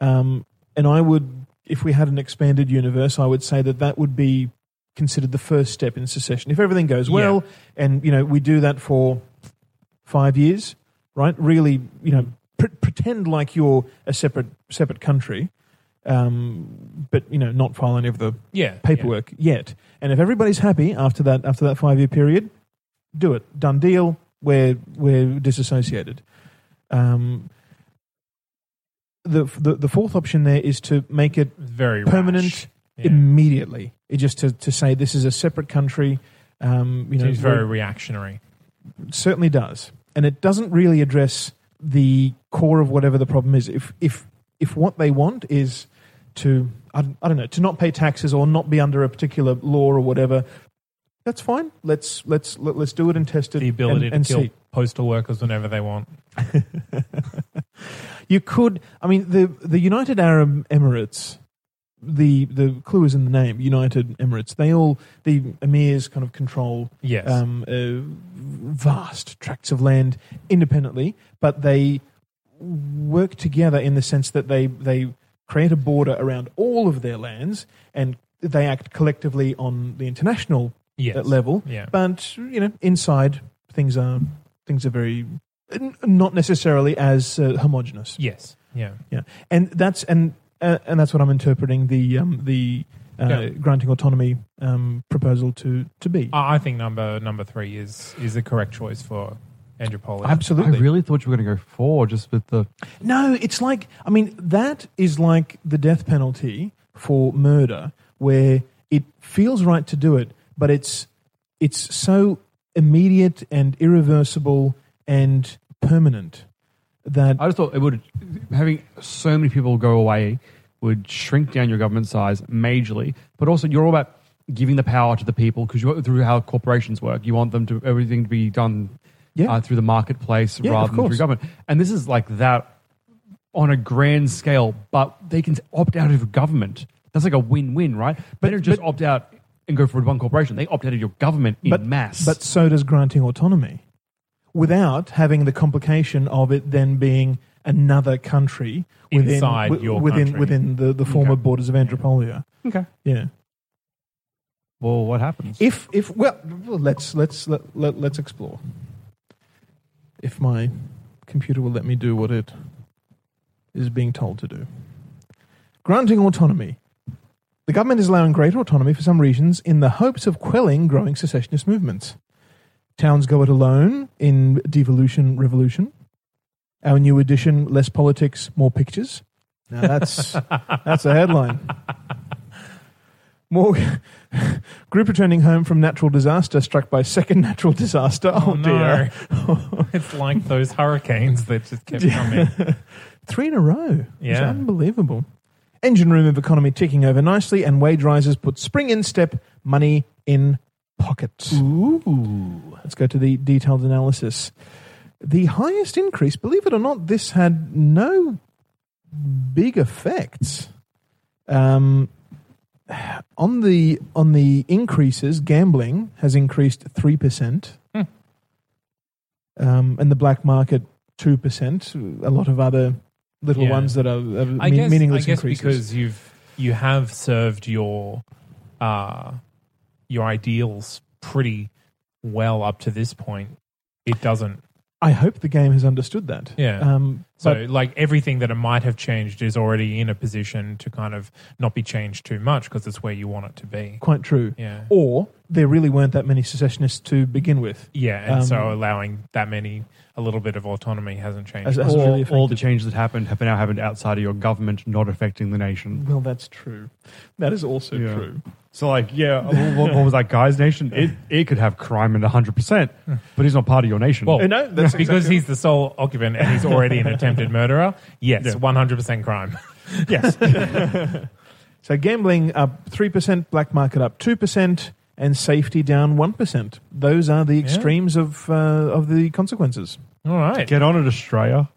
[SPEAKER 3] Um, and I would, if we had an expanded universe, I would say that that would be considered the first step in secession. If everything goes well, and you know we do that for five years, right? Really, you know, pre- pretend like you're a separate separate country, um, but you know, not file any of the
[SPEAKER 1] Yeah,
[SPEAKER 3] paperwork yet. And if everybody's happy after that after that five year period, do it. Done deal. We're we're disassociated. Um, the, the the fourth option there is to make it
[SPEAKER 1] yeah. very
[SPEAKER 3] permanent
[SPEAKER 1] rash. Yeah.
[SPEAKER 3] immediately. It just to, to say this is a separate country. Um, you know,
[SPEAKER 1] Seems very reactionary.
[SPEAKER 3] it certainly does, and it doesn't really address the core of whatever the problem is. If if if what they want is to I don't, I don't know to not pay taxes or not be under a particular law or whatever, that's fine. Let's let's let, let's do it and test it
[SPEAKER 1] The ability
[SPEAKER 3] and, and
[SPEAKER 1] to kill
[SPEAKER 3] see.
[SPEAKER 1] postal workers whenever they want.
[SPEAKER 3] You could. I mean, the the United Arab Emirates. The the clue is in the name. United Emirates. They all the emirs kind of control
[SPEAKER 1] Yes.
[SPEAKER 3] um, uh, vast tracts of land independently, but they work together in the sense that they they create a border around all of their lands and they act collectively on the international
[SPEAKER 1] Yes.
[SPEAKER 3] uh, level.
[SPEAKER 1] Yeah.
[SPEAKER 3] But you know, inside things are things are very n- not necessarily as uh, homogenous.
[SPEAKER 1] Yes. Yeah.
[SPEAKER 3] Yeah, and that's and uh, and that's what I'm interpreting the um, the uh,
[SPEAKER 1] Yeah.
[SPEAKER 3] granting autonomy um, proposal to to be.
[SPEAKER 1] I I think number number three is is the correct choice for Andropolis.
[SPEAKER 3] Absolutely.
[SPEAKER 2] I really thought you were going to go four just with the.
[SPEAKER 3] No, it's like I mean that is like the death penalty for murder, where it feels right to do it, but it's it's so immediate and irreversible and permanent that
[SPEAKER 1] Oh,
[SPEAKER 2] I just thought it would. Having so many people go away would shrink down your government size majorly, but also you're all about giving the power to the people because you through how corporations work. You want them to everything to be done
[SPEAKER 3] Yeah.
[SPEAKER 2] uh, through the marketplace
[SPEAKER 3] Yeah, of
[SPEAKER 2] rather than
[SPEAKER 3] course.
[SPEAKER 2] through government. And this is like that on a grand scale, but they can opt out of government. That's like a win-win, right? But they don't just opt out and go for one corporation. They opt out of your government in mass.
[SPEAKER 3] But so does granting autonomy without having the complication of it then being another country within,
[SPEAKER 1] Inside
[SPEAKER 3] wi-
[SPEAKER 1] your
[SPEAKER 3] within,
[SPEAKER 1] country.
[SPEAKER 3] within the, the former
[SPEAKER 1] Okay.
[SPEAKER 3] borders of Andropolia.
[SPEAKER 2] okay.
[SPEAKER 3] Yeah.
[SPEAKER 2] Well, what happens?
[SPEAKER 3] If if well, let's let's let, let, let's explore. If my computer will let me do what it is being told to do. Granting autonomy. The government is allowing greater autonomy for some regions in the hopes of quelling growing secessionist movements. Towns go it alone in devolution revolution. Our new edition, less politics, more pictures. Now that's that's a headline. More [laughs] group returning home from natural disaster struck by second natural disaster. Oh,
[SPEAKER 1] no.
[SPEAKER 3] dear.
[SPEAKER 1] [laughs] It's like those hurricanes that just
[SPEAKER 3] [laughs]
[SPEAKER 1] kept coming.
[SPEAKER 3] Three in a row. It's
[SPEAKER 1] Yeah.
[SPEAKER 3] unbelievable. Engine room of economy ticking over nicely, and wage rises put spring in step, money in pocket. Ooh. Let's go to the detailed analysis. The highest increase, believe it or not, this had no big effects. Um, on the on the increases, gambling has increased three percent,
[SPEAKER 1] Hmm.
[SPEAKER 3] um, and the black market two percent. A lot of other little
[SPEAKER 1] Yeah.
[SPEAKER 3] ones that are, are
[SPEAKER 1] I
[SPEAKER 3] mean-
[SPEAKER 1] guess,
[SPEAKER 3] meaningless
[SPEAKER 1] I guess
[SPEAKER 3] increases.
[SPEAKER 1] because you've you have served your uh, your ideals pretty well up to this point. It doesn't.
[SPEAKER 3] I hope the game has understood that.
[SPEAKER 1] Yeah.
[SPEAKER 3] Um,
[SPEAKER 1] So,
[SPEAKER 3] but
[SPEAKER 1] like everything that it might have changed is already in a position to kind of not be changed too much because it's where you want it to be.
[SPEAKER 3] quite true.
[SPEAKER 1] Yeah.
[SPEAKER 3] Or there really weren't that many secessionists to begin with.
[SPEAKER 1] Yeah, and so
[SPEAKER 3] Um,
[SPEAKER 1] allowing that many a little bit of autonomy hasn't changed.
[SPEAKER 3] As- as-
[SPEAKER 1] much.
[SPEAKER 2] all,
[SPEAKER 3] really affected.
[SPEAKER 2] all the changes that happened have now happened outside of your government, not affecting the nation.
[SPEAKER 3] Well, that's true. That is also
[SPEAKER 2] Yeah.
[SPEAKER 3] true.
[SPEAKER 2] So, like,
[SPEAKER 1] [laughs]
[SPEAKER 2] yeah, what, what- what was that guy's nation? It, it could have crime
[SPEAKER 1] [laughs]
[SPEAKER 2] in 100%, but he's not part of your nation.
[SPEAKER 1] well,
[SPEAKER 3] Uh, no, that's
[SPEAKER 1] because
[SPEAKER 3] exactly-
[SPEAKER 1] he's the sole occupant and he's already an attempted murderer.
[SPEAKER 3] [laughs]
[SPEAKER 1] Yes, one hundred percent crime.
[SPEAKER 2] yes.
[SPEAKER 3] So gambling up 3%, black market up 2%, and safety down 1%. Those are the extremes of, uh, of the consequences.
[SPEAKER 1] [laughs] All right,
[SPEAKER 2] Get on
[SPEAKER 1] [laughs]
[SPEAKER 2] it, Australia.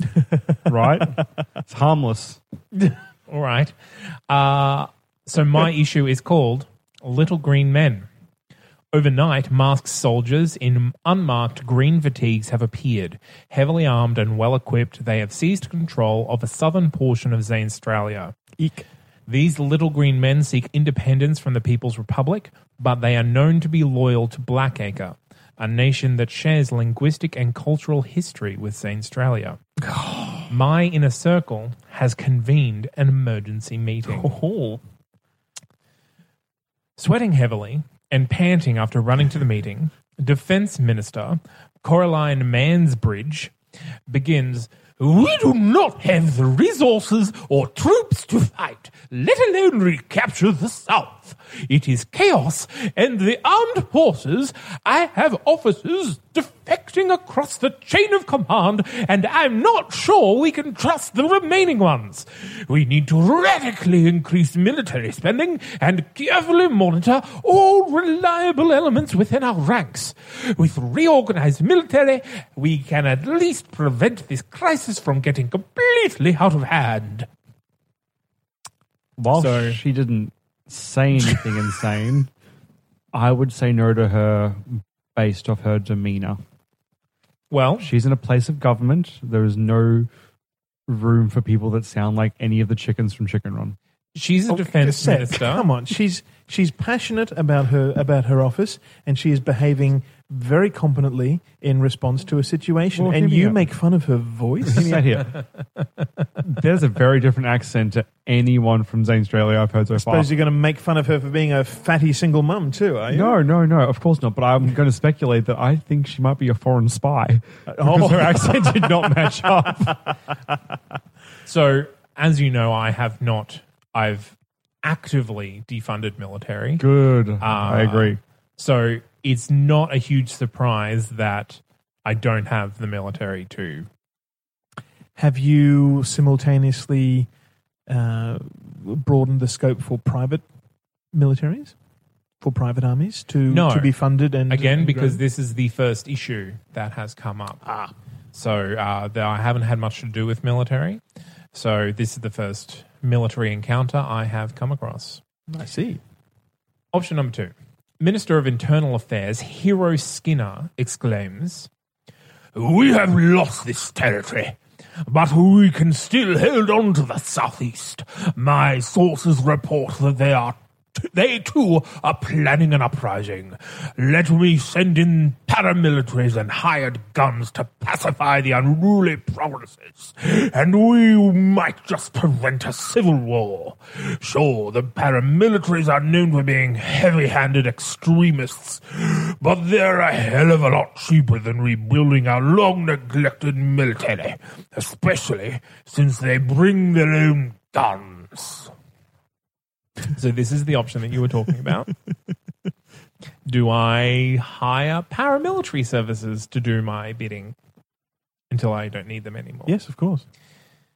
[SPEAKER 2] right? It's harmless.
[SPEAKER 1] all right. Uh, so my issue is called Little Green Men. Overnight, masked soldiers in unmarked green fatigues have appeared. Heavily armed and well equipped, they have seized control of a southern portion of Zane Australia. Eek. These little green men seek independence from the People's Republic, but they are known to be loyal to Blackacre, a nation that shares linguistic and cultural history with Zane Australia. My inner circle has convened an emergency meeting. Sweating heavily and panting after running to the meeting, Defense Minister Coraline Mansbridge begins We do not have the resources or troops to fight, let alone recapture the South. It is chaos, and the armed forces, I have officers defecting across the chain of command, and I'm not sure we can trust the remaining ones. We need to radically increase military spending and carefully monitor all reliable elements within our ranks. With reorganized military, we can at least prevent this crisis from getting completely out of hand.
[SPEAKER 2] While
[SPEAKER 1] So-
[SPEAKER 2] she didn't say anything
[SPEAKER 1] [laughs]
[SPEAKER 2] insane, I would say no to her based off her demeanor.
[SPEAKER 1] Well,
[SPEAKER 2] She's in a place of government. There is no room for people that sound like any of the chickens from Chicken Run.
[SPEAKER 1] she's a
[SPEAKER 3] Oh,
[SPEAKER 1] defense
[SPEAKER 3] Seth,
[SPEAKER 1] minister.
[SPEAKER 3] Come on, she's she's passionate about her about her office, and she is behaving very competently in response to a situation.
[SPEAKER 2] Well,
[SPEAKER 3] and
[SPEAKER 2] here we
[SPEAKER 3] you
[SPEAKER 2] go.
[SPEAKER 3] make fun of her voice.
[SPEAKER 2] Sat here. [laughs] There's a very different accent to anyone from Zane Australia I've heard so far.
[SPEAKER 3] suppose you're going to make fun of her for being a fatty single mum too, are you?
[SPEAKER 2] No, no, no. Of course not. But I'm going to speculate that I think she might be a foreign spy because her accent did [laughs] not match up.
[SPEAKER 1] So, as you know, I have not. I've actively defunded military.
[SPEAKER 2] Good. I agree.
[SPEAKER 1] So it's not a huge surprise that I don't have the military to.
[SPEAKER 3] Mm-hmm. Have you simultaneously uh, broadened the scope for private militaries, for private armies to
[SPEAKER 1] No.
[SPEAKER 3] to be funded and
[SPEAKER 1] Again,
[SPEAKER 3] and
[SPEAKER 1] because
[SPEAKER 3] grown?
[SPEAKER 1] this is the first issue that has come up. Ah. So uh, that I haven't had much to do with military. So this is the first military encounter I have come across.
[SPEAKER 3] I see.
[SPEAKER 1] Option number two Minister of Internal Affairs Hero Skinner exclaims We have lost this territory. But we can still hold on to the southeast. My sources report that they are
[SPEAKER 5] They too are planning an uprising. Let me send in paramilitaries and hired guns to pacify the unruly provinces, and we might just prevent a civil war. Sure, the paramilitaries are known for being heavy handed extremists, but they're a hell of a lot cheaper than rebuilding our long neglected military, especially since they bring their own guns.
[SPEAKER 1] So this is the option that you were talking about. do I hire paramilitary services to do my bidding until I don't need them anymore?
[SPEAKER 3] Yes, of course.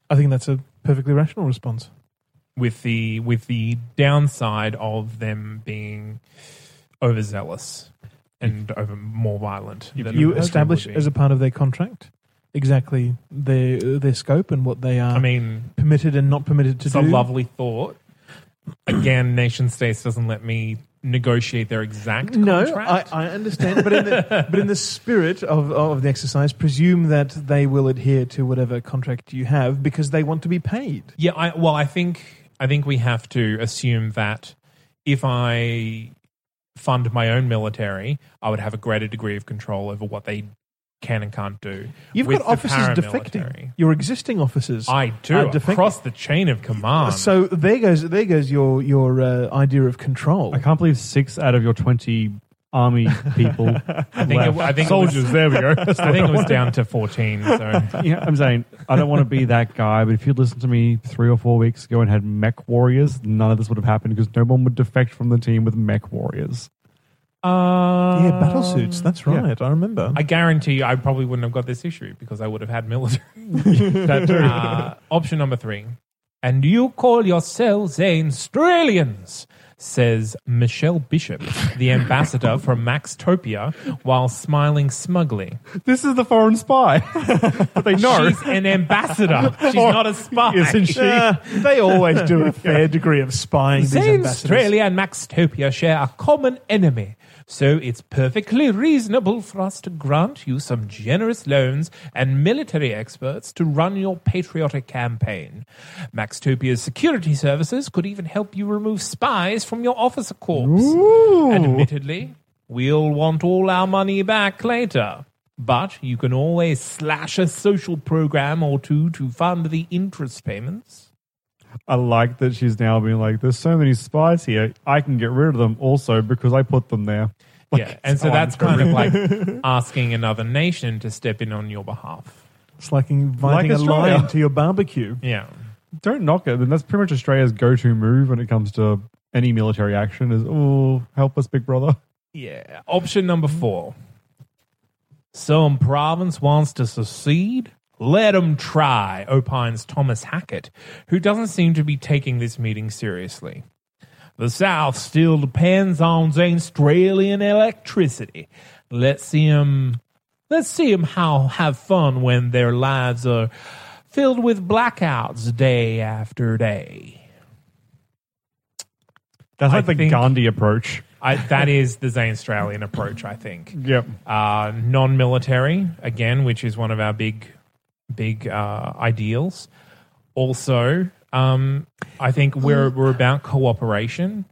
[SPEAKER 3] I think that's a perfectly rational response.
[SPEAKER 1] With the with the downside of them being overzealous and over more violent. than
[SPEAKER 3] you
[SPEAKER 1] a husband
[SPEAKER 3] establish
[SPEAKER 1] would be.
[SPEAKER 3] as a part of their contract exactly their their scope and what they are
[SPEAKER 1] I mean,
[SPEAKER 3] permitted and not permitted to
[SPEAKER 1] it's
[SPEAKER 3] do.
[SPEAKER 1] a lovely thought. Again, nation states doesn't let me negotiate their exact
[SPEAKER 3] no, I,
[SPEAKER 1] contract.
[SPEAKER 3] I understand, but in the, but in the spirit of, of the exercise, presume that they will adhere to whatever contract you have because they want to be paid.
[SPEAKER 1] Yeah, I, well, I think I think we have to assume that if I fund my own military, I would have a greater degree of control over what they can and can't do.
[SPEAKER 3] You've
[SPEAKER 1] with
[SPEAKER 3] got
[SPEAKER 1] the
[SPEAKER 3] officers defecting.
[SPEAKER 1] paramilitary.
[SPEAKER 3] Your existing officers,
[SPEAKER 1] I do
[SPEAKER 3] are defecting.
[SPEAKER 1] across the chain of command.
[SPEAKER 3] So there goes there goes your your uh, idea of control.
[SPEAKER 2] I can't believe six out of your 20 army people.
[SPEAKER 1] I think it, I think soldiers. there we go. [laughs] I think it was down to fourteen. So
[SPEAKER 2] [laughs] Yeah, I'm saying, I don't want to be that guy, but if you'd listened to me three or four weeks ago and had mech warriors, none of this would have happened because no one would defect from the team with mech warriors.
[SPEAKER 1] uh,
[SPEAKER 3] yeah, battle suits. That's
[SPEAKER 2] yeah.
[SPEAKER 3] right. I remember.
[SPEAKER 1] I guarantee you I probably wouldn't have got this issue because I would have had military. [laughs] Uh, option number three. And you call yourselves Australians, says Michelle Bishop, the ambassador for Maxtopia, while smiling smugly.
[SPEAKER 2] This is the foreign
[SPEAKER 1] [laughs]
[SPEAKER 2] spy. but they know.
[SPEAKER 1] She's an ambassador. She's not a spy.
[SPEAKER 2] Isn't she?
[SPEAKER 3] Uh, they always do [laughs] a fair degree of spying. These
[SPEAKER 1] Since
[SPEAKER 3] ambassadors.
[SPEAKER 1] Australia and Maxtopia share a common enemy, so it's perfectly reasonable for us to grant you some generous loans and military experts to run your patriotic campaign. Maxtopia's security services could even help you remove spies from your officer corps. Admittedly, we'll want all our money back later. But you can always slash a social program or two to fund the interest payments.
[SPEAKER 2] I like that she's now being like, there's so many spies here. I can get rid of them also because I put them there. [laughs] Like,
[SPEAKER 1] yeah, and so
[SPEAKER 2] oh,
[SPEAKER 1] that's
[SPEAKER 2] I'm gonna
[SPEAKER 1] kind of
[SPEAKER 2] rid-
[SPEAKER 1] like
[SPEAKER 2] [laughs]
[SPEAKER 1] asking another nation to step in on your behalf.
[SPEAKER 3] It's like inviting
[SPEAKER 2] Like
[SPEAKER 3] a
[SPEAKER 2] Australia.
[SPEAKER 3] lion to your barbecue.
[SPEAKER 1] Yeah,
[SPEAKER 2] Don't knock it. Then that's pretty much Australia's go to move when it comes to any military action is, oh, help us, big brother.
[SPEAKER 1] yeah. Option number four: some province wants to secede. Let 'em try, opines Thomas Hackett, who doesn't seem to be taking this meeting seriously. The South still depends on Australian electricity. Let's see 'em Let's see 'em how have fun when their lives are filled with blackouts day after day.
[SPEAKER 2] That's
[SPEAKER 1] I
[SPEAKER 2] like the
[SPEAKER 1] think-
[SPEAKER 2] Gandhi approach.
[SPEAKER 1] I, that is the Zane Australian approach, I think.
[SPEAKER 2] Yep.
[SPEAKER 1] Uh, non-military again, which is one of our big, big uh, ideals. Also, um, I think we're we're about cooperation.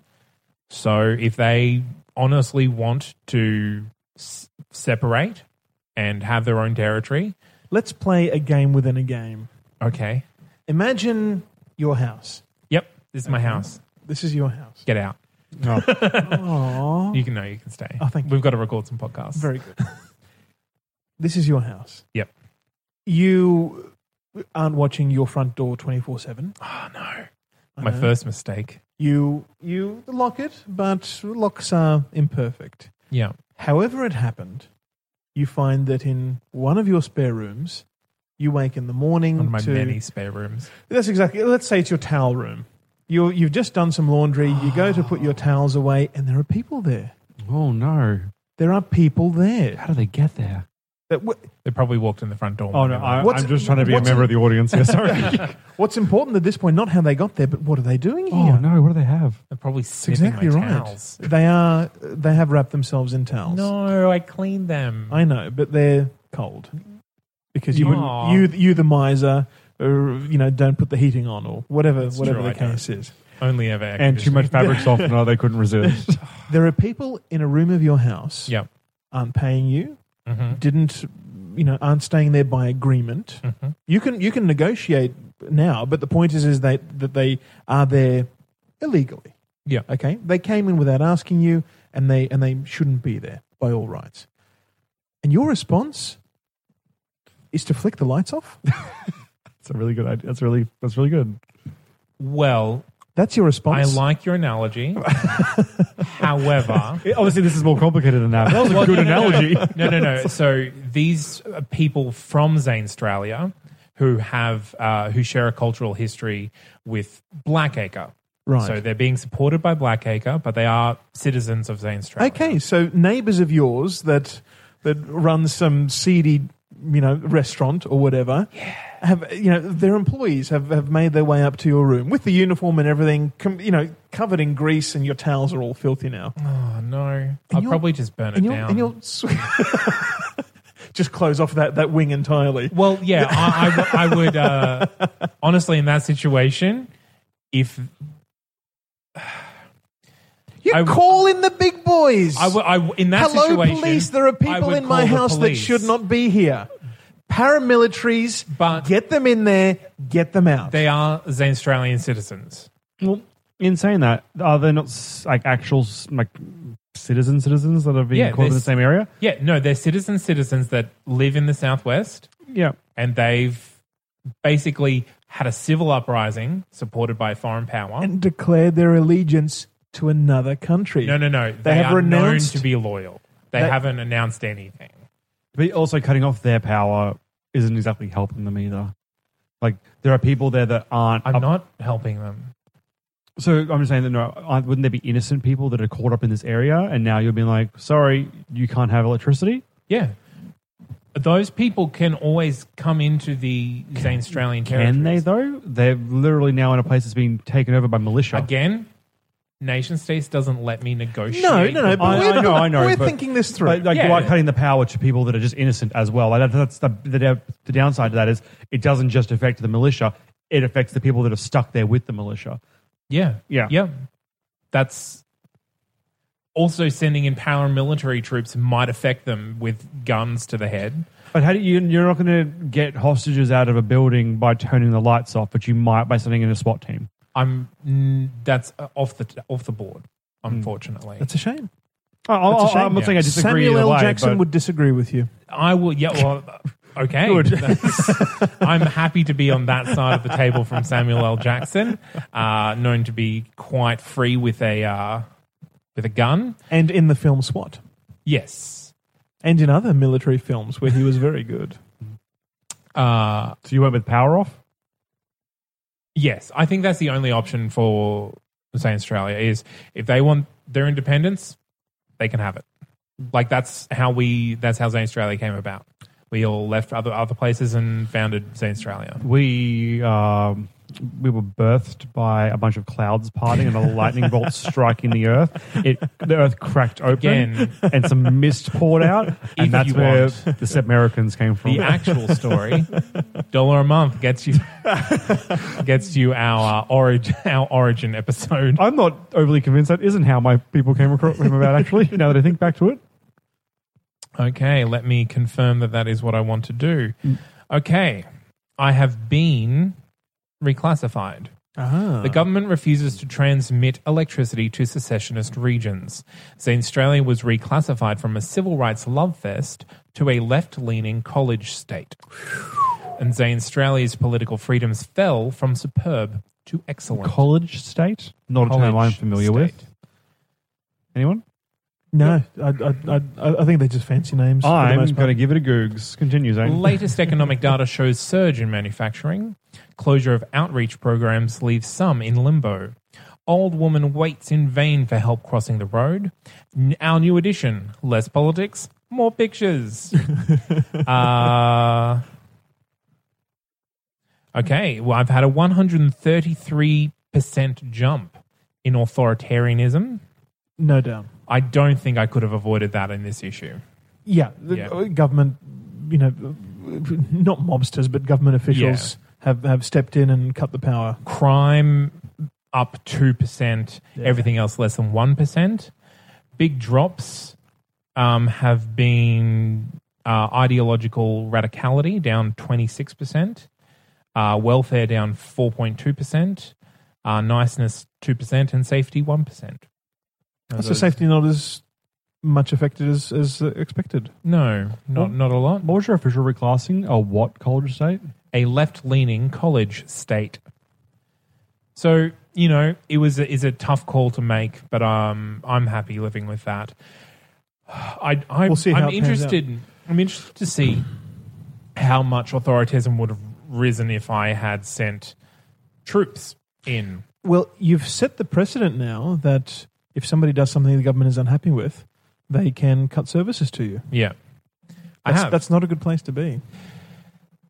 [SPEAKER 1] So if they honestly want to s- separate and have their own territory,
[SPEAKER 3] Let's play a game within a game.
[SPEAKER 1] okay.
[SPEAKER 3] Imagine your house.
[SPEAKER 1] Yep, this is my house.
[SPEAKER 3] This is your house.
[SPEAKER 1] Get out. [laughs]
[SPEAKER 2] Oh.
[SPEAKER 1] You can know you can stay.
[SPEAKER 3] Oh, thank you.
[SPEAKER 1] We've got to record some podcasts.
[SPEAKER 3] Very good. [laughs] this is your house.
[SPEAKER 1] Yep.
[SPEAKER 3] You aren't watching your front door 24 7.
[SPEAKER 1] oh no, my first mistake.
[SPEAKER 3] You, you lock it, but locks are imperfect.
[SPEAKER 1] Yeah.
[SPEAKER 3] However, it happened, you find that in one of your spare rooms, you wake in the morning
[SPEAKER 1] One of my
[SPEAKER 3] to
[SPEAKER 1] many spare rooms.
[SPEAKER 3] That's exactly. Let's say it's your towel room. You you've just done some laundry. You go to put your towels away, and there are people there.
[SPEAKER 2] oh, no.
[SPEAKER 3] There are people there.
[SPEAKER 2] do they get there?
[SPEAKER 3] That wh-
[SPEAKER 1] They probably walked in the front door.
[SPEAKER 2] Oh, no. I,
[SPEAKER 3] What's-
[SPEAKER 2] I'm just trying to be a
[SPEAKER 3] what's-
[SPEAKER 2] member of the audience here.
[SPEAKER 3] [laughs]
[SPEAKER 2] Sorry.
[SPEAKER 3] What's important at this point, not how they got there, but what are they doing here?
[SPEAKER 2] oh, no. What do they have?
[SPEAKER 1] They're probably sniffing
[SPEAKER 3] exactly
[SPEAKER 1] my
[SPEAKER 3] right.
[SPEAKER 1] towels.
[SPEAKER 3] They are. They have wrapped themselves in towels.
[SPEAKER 1] No, I cleaned them.
[SPEAKER 3] I know, but they're cold because you uh,
[SPEAKER 1] Aw.
[SPEAKER 3] wouldn't, you you the miser, or, you know, don't put the heating on or whatever whatever
[SPEAKER 1] true,
[SPEAKER 3] the
[SPEAKER 1] I don't.
[SPEAKER 3] case is.
[SPEAKER 1] Only ever air
[SPEAKER 2] and too much
[SPEAKER 1] conditioning.
[SPEAKER 2] [laughs] fabric softener they couldn't resist. [laughs]
[SPEAKER 3] There are people in a room of your house
[SPEAKER 1] Yep.
[SPEAKER 3] aren't paying you,
[SPEAKER 1] Mm-hmm.
[SPEAKER 3] didn't you know aren't staying there by agreement.
[SPEAKER 1] Mm-hmm.
[SPEAKER 3] You can you can negotiate now, but the point is is that that they are there illegally.
[SPEAKER 1] Yeah.
[SPEAKER 3] Okay, they came in without asking you, and they and they shouldn't be there by all rights. And your response is to flick the lights off.
[SPEAKER 2] It's a really good idea. That's really that's really good.
[SPEAKER 1] Well,
[SPEAKER 3] That's your
[SPEAKER 1] I
[SPEAKER 3] response.
[SPEAKER 1] like your analogy. However,
[SPEAKER 2] It- obviously, this is more complicated than that. That was a
[SPEAKER 1] Well,
[SPEAKER 2] [laughs] good
[SPEAKER 1] no, no, no, no.
[SPEAKER 2] analogy.
[SPEAKER 1] No, no, no. So these uh, people from Zane Australia who have uh, who share a cultural history with Blackacre.
[SPEAKER 3] Right.
[SPEAKER 1] So they're being supported by Blackacre, but they are citizens of Zane Australia.
[SPEAKER 3] Okay, so neighbors of yours that that run some seedy, you know, restaurant or whatever, have you know their employees have, have made their way up to your room with the uniform and everything, com- you know, covered in grease, and your towels are all filthy now.
[SPEAKER 1] Oh no. I'll
[SPEAKER 3] And you'll-
[SPEAKER 1] probably just burn it
[SPEAKER 3] and you'll,
[SPEAKER 1] down.
[SPEAKER 3] And you'll s- [laughs] just close off that, that wing entirely.
[SPEAKER 1] Well, yeah, I, I w- I would uh, honestly in that situation, if
[SPEAKER 3] You
[SPEAKER 1] I w-
[SPEAKER 3] call in the big boys.
[SPEAKER 1] I, w- I w- in that
[SPEAKER 3] Hello,
[SPEAKER 1] situation,
[SPEAKER 3] police! There are
[SPEAKER 1] I
[SPEAKER 3] people
[SPEAKER 1] would
[SPEAKER 3] in
[SPEAKER 1] call
[SPEAKER 3] my
[SPEAKER 1] the
[SPEAKER 3] house that
[SPEAKER 1] police.
[SPEAKER 3] should not be here. Paramilitaries,
[SPEAKER 1] But-
[SPEAKER 3] get them in there, get them out.
[SPEAKER 1] They are Zane Australian citizens.
[SPEAKER 2] Well, in saying that, are there not s- like actual s- like citizen citizens that are being
[SPEAKER 1] Yeah,
[SPEAKER 2] caught in the
[SPEAKER 1] there's-
[SPEAKER 2] same area?
[SPEAKER 1] Yeah, no, they're citizen citizens that live in the southwest.
[SPEAKER 2] Yeah.
[SPEAKER 1] and they've basically had a civil uprising supported by a foreign power.
[SPEAKER 3] and declared their allegiance to another country.
[SPEAKER 1] no, no, no. They,
[SPEAKER 3] have
[SPEAKER 1] are
[SPEAKER 3] renounced-
[SPEAKER 1] known to be loyal. They,
[SPEAKER 3] They-
[SPEAKER 1] haven't announced anything.
[SPEAKER 2] But also cutting off their power isn't exactly helping them either. Like there are people there that aren't.
[SPEAKER 1] I'm
[SPEAKER 2] up-
[SPEAKER 1] not helping them.
[SPEAKER 2] So I'm just saying that no, aren't- wouldn't there be innocent people that are caught up in this area, and now you're being like, sorry, you can't have electricity.
[SPEAKER 1] Yeah. Those people can always come into the Zane Australian territory.
[SPEAKER 2] Can they though? They're literally now in a place that's being taken over by militia.
[SPEAKER 1] Again, nation states doesn't let me negotiate.
[SPEAKER 3] no, no, no.
[SPEAKER 1] with
[SPEAKER 3] But
[SPEAKER 2] I-
[SPEAKER 3] we're,
[SPEAKER 2] I know, I know,
[SPEAKER 3] we're
[SPEAKER 2] but-
[SPEAKER 3] thinking this through.
[SPEAKER 2] But like,
[SPEAKER 1] Yeah.
[SPEAKER 2] why cutting the power to people that are just innocent as well? Like, that, that's the, the da- the downside to that is it doesn't just affect the militia; it affects the people that are stuck there with the militia.
[SPEAKER 1] Yeah.
[SPEAKER 2] Yeah.
[SPEAKER 1] Yeah. That's also sending in paramilitary troops might affect them with guns to the head.
[SPEAKER 2] But how do you? You're not going to get hostages out of a building by turning the lights off, but you might by sending in a SWAT team.
[SPEAKER 1] I'm mm, that's uh, off the off the board,
[SPEAKER 2] Hmm.
[SPEAKER 1] unfortunately.
[SPEAKER 3] That's a shame.
[SPEAKER 2] I, I,
[SPEAKER 3] That's a shame.
[SPEAKER 2] am not saying I disagree.
[SPEAKER 3] Samuel
[SPEAKER 2] either
[SPEAKER 3] L.
[SPEAKER 2] way,
[SPEAKER 3] Jackson
[SPEAKER 2] but-
[SPEAKER 3] would disagree with you.
[SPEAKER 1] I will. Yeah. Well. Okay. That's- [laughs] I'm happy to be on that side of the table from Samuel L. Jackson, uh, known to be quite free with a uh, with a gun.
[SPEAKER 3] And in the film SWAT.
[SPEAKER 1] Yes.
[SPEAKER 3] And in other military films where he was very
[SPEAKER 1] [laughs]
[SPEAKER 3] good.
[SPEAKER 1] Uh,
[SPEAKER 2] So you went with power off.
[SPEAKER 1] yes. I think that's the only option for say Australia is if they want their independence, they can have it. Like that's how we. That's how Zane Australia came about. We all left other other places and founded Zane Australia.
[SPEAKER 2] We um, we were birthed by a bunch of clouds parting and a lightning
[SPEAKER 3] [laughs]
[SPEAKER 2] bolt striking the earth. It the earth cracked open
[SPEAKER 1] Again.
[SPEAKER 2] and some mist poured
[SPEAKER 1] [laughs]
[SPEAKER 2] out,
[SPEAKER 1] Either
[SPEAKER 2] and that's
[SPEAKER 1] you
[SPEAKER 2] where
[SPEAKER 1] want.
[SPEAKER 2] the South Americans came from.
[SPEAKER 1] the actual story dollar a month gets you [laughs] gets you our uh, origin our origin episode
[SPEAKER 2] I'm not overly convinced that isn't how my people came across him about.
[SPEAKER 1] [laughs]
[SPEAKER 2] Actually, now that I think back to it,
[SPEAKER 1] okay let me confirm that that is what i want to do
[SPEAKER 2] Mm.
[SPEAKER 1] okay i have been reclassified
[SPEAKER 3] Ah.
[SPEAKER 1] The government refuses to transmit electricity to secessionist regions. Zane Australia was reclassified from a civil rights love fest to a left leaning college state. And Zane Australia's political freedoms fell from superb to excellent.
[SPEAKER 2] college state, not a term I'm
[SPEAKER 1] College
[SPEAKER 2] familiar
[SPEAKER 1] state.
[SPEAKER 2] with. Anyone?
[SPEAKER 3] No, I, I, I, I think they're just fancy names. for the
[SPEAKER 2] I'm
[SPEAKER 3] most
[SPEAKER 2] going
[SPEAKER 3] part.
[SPEAKER 2] to give it a googs. Continue, Zane.
[SPEAKER 1] Latest economic data shows surge in manufacturing. Closure of outreach programs leaves some in limbo. Old woman waits in vain for help crossing the road. N- Our new edition: less politics, more pictures. uh, okay, well, I've had a 133 percent jump in authoritarianism.
[SPEAKER 3] No doubt.
[SPEAKER 1] I don't think I could have avoided that in this issue.
[SPEAKER 3] Yeah, the
[SPEAKER 1] Yeah.
[SPEAKER 3] uh, government, you know, not mobsters, but government officials have, have stepped in and cut the power.
[SPEAKER 1] crime up 2%, everything else less than 1%. Big drops um, have been uh, ideological radicality down 26%, uh, welfare down 4.2%, uh, niceness 2%, and safety 1%.
[SPEAKER 3] That's a safety not as much affected as, as uh, expected.
[SPEAKER 1] No, not, not a lot.
[SPEAKER 2] What was your official reclassing? A what college state?
[SPEAKER 1] a left leaning college state. So, you know, it was a, is a tough call to make, but um, I'm happy living with that. I, I,
[SPEAKER 3] We'll see how
[SPEAKER 1] I'm
[SPEAKER 3] it pans
[SPEAKER 1] interested. I'm interested to see how much authoritarianism would have risen if I had sent troops in.
[SPEAKER 3] Well, you've set the precedent now that if somebody does something the government is unhappy with, they can cut services to you.
[SPEAKER 1] Yeah, I
[SPEAKER 3] That's,
[SPEAKER 1] have.
[SPEAKER 3] that's not a good place to be.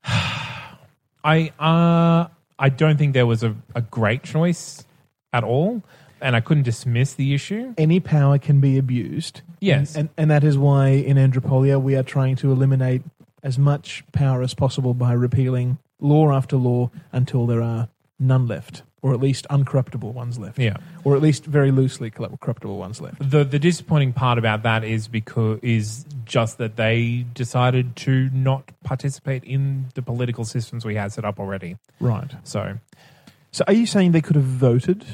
[SPEAKER 1] I uh, I don't think there was a, a great choice at all, and I couldn't dismiss the issue.
[SPEAKER 3] Any power can be abused.
[SPEAKER 1] Yes.
[SPEAKER 3] And, and, and that is why in Andropolia we are trying to eliminate as much power as possible by repealing law after law until there are none left, or at least uncorruptible ones left.
[SPEAKER 1] Yeah.
[SPEAKER 3] Or at least very loosely corru- corruptible ones left.
[SPEAKER 1] the the disappointing part about that is because is just that they decided to not participate in the political systems we had set up already.
[SPEAKER 3] Right.
[SPEAKER 1] So
[SPEAKER 3] So are you saying they could have voted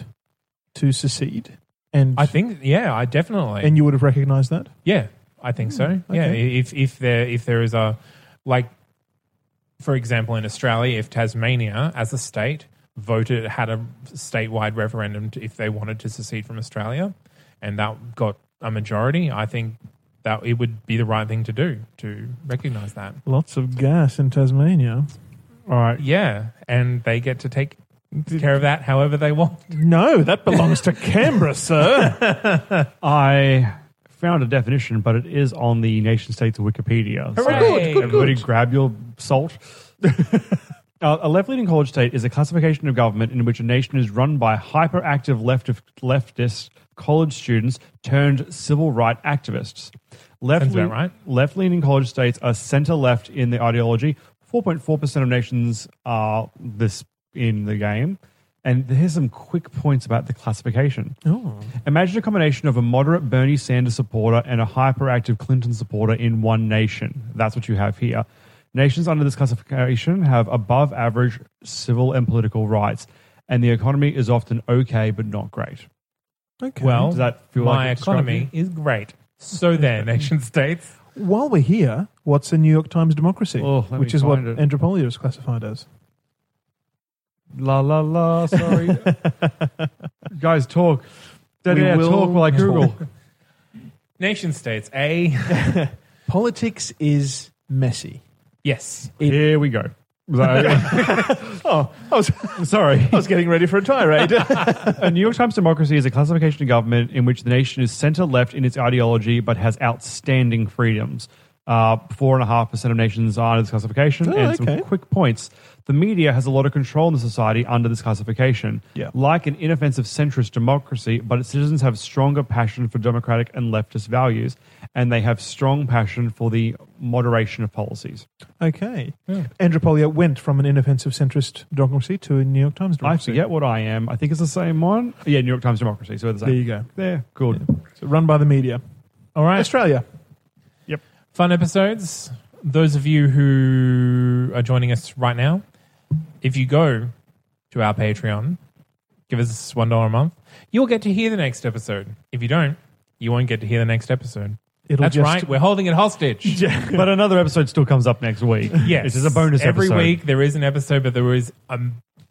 [SPEAKER 3] to secede? And
[SPEAKER 1] I think, yeah, I definitely,
[SPEAKER 3] and you would have recognized that?
[SPEAKER 1] yeah, I think so. Yeah,
[SPEAKER 3] okay.
[SPEAKER 1] if if there if there is a like, for example, in Australia, if Tasmania as a state voted had a statewide referendum to, if they wanted to secede from Australia, and that got a majority, I think that it would be the right thing to do to recognise that.
[SPEAKER 3] Lots of gas in Tasmania.
[SPEAKER 2] All right.
[SPEAKER 1] Yeah, and they get to take care of that however they want.
[SPEAKER 3] No, that belongs to Canberra, [laughs] sir.
[SPEAKER 2] I found a definition, but it is on the nation states of Wikipedia.
[SPEAKER 1] Hooray. Good, good,
[SPEAKER 2] Everybody grab your salt. [laughs] Uh, a left-leaning college state is a classification of government in which a nation is run by hyperactive left leftist college students turned civil right activists. Left
[SPEAKER 1] Sounds about right.
[SPEAKER 2] Left-leaning college states are center-left in their ideology. 4.4% of nations are this in the game. And here's some quick points about the classification.
[SPEAKER 3] Oh,
[SPEAKER 2] Imagine a combination of a moderate Bernie Sanders supporter and a hyperactive Clinton supporter in one nation. That's what you have here. Nations under this classification have above average civil and political rights, and the economy is often okay but not great.
[SPEAKER 3] okay.
[SPEAKER 1] Well,
[SPEAKER 2] Does that feel
[SPEAKER 1] my
[SPEAKER 2] like it describes
[SPEAKER 1] economy is great. So
[SPEAKER 3] [laughs]
[SPEAKER 1] there, nation states.
[SPEAKER 3] while we're here, what's a New York Times democracy?
[SPEAKER 2] Oh, let me
[SPEAKER 3] which is what
[SPEAKER 2] find it.
[SPEAKER 3] Andropolia is classified as.
[SPEAKER 2] La la la, sorry. [laughs] Guys, talk. Dead
[SPEAKER 3] We
[SPEAKER 2] air,
[SPEAKER 3] will
[SPEAKER 2] talk while I Google.
[SPEAKER 1] [laughs] Nation states, eh?
[SPEAKER 3] [laughs] Politics is messy.
[SPEAKER 1] yes.
[SPEAKER 2] Here we go. Was [laughs]
[SPEAKER 3] [laughs]
[SPEAKER 2] that-
[SPEAKER 3] Oh, I was,
[SPEAKER 2] sorry.
[SPEAKER 3] I was getting ready for a [laughs] tirade.
[SPEAKER 2] A New York Times democracy is a classification of government in which the nation is center left in its ideology but has outstanding freedoms. Uh, Four and a half percent of nations are under this classification.
[SPEAKER 3] Oh,
[SPEAKER 2] and
[SPEAKER 3] okay.
[SPEAKER 2] some quick points. The media has a lot of control in the society under this classification.
[SPEAKER 3] Yeah.
[SPEAKER 2] Like an inoffensive centrist democracy, but its citizens have stronger passion for democratic and leftist values, and they have strong passion for the moderation of policies.
[SPEAKER 3] okay. Andropolia went from an inoffensive centrist democracy to a New York
[SPEAKER 2] I
[SPEAKER 3] Times democracy.
[SPEAKER 2] forget what I am. I think it's the same one. Yeah, New York Times democracy. So we're the same.
[SPEAKER 3] There you go.
[SPEAKER 2] There, good.
[SPEAKER 3] So run by the media.
[SPEAKER 1] All right.
[SPEAKER 3] Australia.
[SPEAKER 1] Fun episodes. Those of you who are joining us right now, if you go to our Patreon, give us $1 a month, you'll get to hear the next episode. If you don't, you won't get to hear the next episode.
[SPEAKER 3] It'll
[SPEAKER 1] That's
[SPEAKER 3] just-
[SPEAKER 1] right. We're holding it
[SPEAKER 3] [laughs]
[SPEAKER 1] hostage.
[SPEAKER 2] but another episode still comes up next [laughs] week.
[SPEAKER 1] Yes.
[SPEAKER 2] This is a bonus
[SPEAKER 1] every
[SPEAKER 2] episode.
[SPEAKER 1] week. There is an episode, but there is a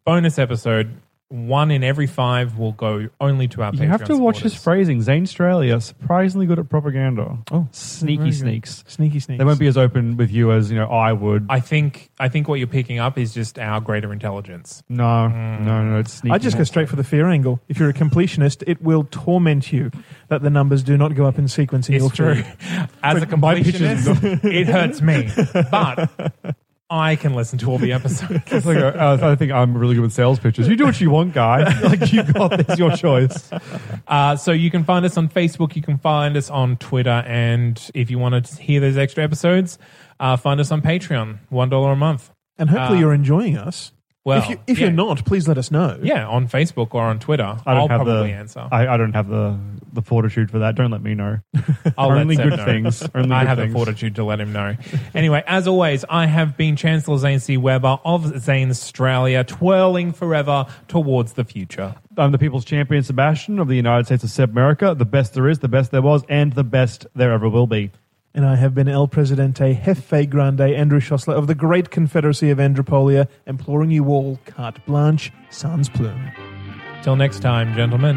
[SPEAKER 1] bonus episode. One in every five will go only to our.
[SPEAKER 2] You have
[SPEAKER 1] Patreon
[SPEAKER 2] to watch his
[SPEAKER 1] supporters.
[SPEAKER 2] phrasing. Zane Australia surprisingly good at propaganda. Oh, sneaky sneaks.
[SPEAKER 3] Sneaky sneaks.
[SPEAKER 2] They won't be as open with you as you know I would.
[SPEAKER 1] I think. I think what you're picking up is just our greater intelligence.
[SPEAKER 2] no, no, no. It's sneaky.
[SPEAKER 3] I just go straight for the fear angle. If you're a completionist, it will torment you that the numbers do not go up in sequence in your
[SPEAKER 1] It's true. [laughs]
[SPEAKER 3] feed.
[SPEAKER 1] As a completionist, it hurts me, but I can listen to all the episodes.
[SPEAKER 2] It's [laughs] like, uh, I think I'm really good with sales pitches. You do what you want, guy. like you got this. Your choice.
[SPEAKER 1] [laughs] Uh, so you can find us on Facebook, you can find us on Twitter, and if you want to hear those extra episodes, uh, find us on Patreon, one dollar a month.
[SPEAKER 2] Ah.
[SPEAKER 3] And hopefully, you're enjoying us.
[SPEAKER 1] Well,
[SPEAKER 3] if you, if
[SPEAKER 1] yeah.
[SPEAKER 3] you're not, please let us know.
[SPEAKER 1] yeah, on Facebook or on Twitter,
[SPEAKER 2] I don't
[SPEAKER 1] I'll
[SPEAKER 2] have
[SPEAKER 1] probably
[SPEAKER 2] the
[SPEAKER 1] answer.
[SPEAKER 2] I, I don't have the the fortitude for that. Don't let me know.
[SPEAKER 1] I'll let
[SPEAKER 2] only
[SPEAKER 1] Seb
[SPEAKER 2] good
[SPEAKER 1] know. [laughs]
[SPEAKER 2] things. Only
[SPEAKER 1] I
[SPEAKER 2] good
[SPEAKER 1] have
[SPEAKER 2] things.
[SPEAKER 1] the fortitude to let him know. anyway, as always, I have been Chancellor Zane C. Weber of Zane Australia, twirling forever towards the future.
[SPEAKER 2] I'm the people's champion, Sebastian of the United States of South America. The best there is, the best there was, and the best there ever will be.
[SPEAKER 3] And I have been El Presidente Jefe Grande Andrew Schossler of the Great Confederacy of Andropolia, imploring you all carte blanche, sans plume.
[SPEAKER 1] Till next time, gentlemen.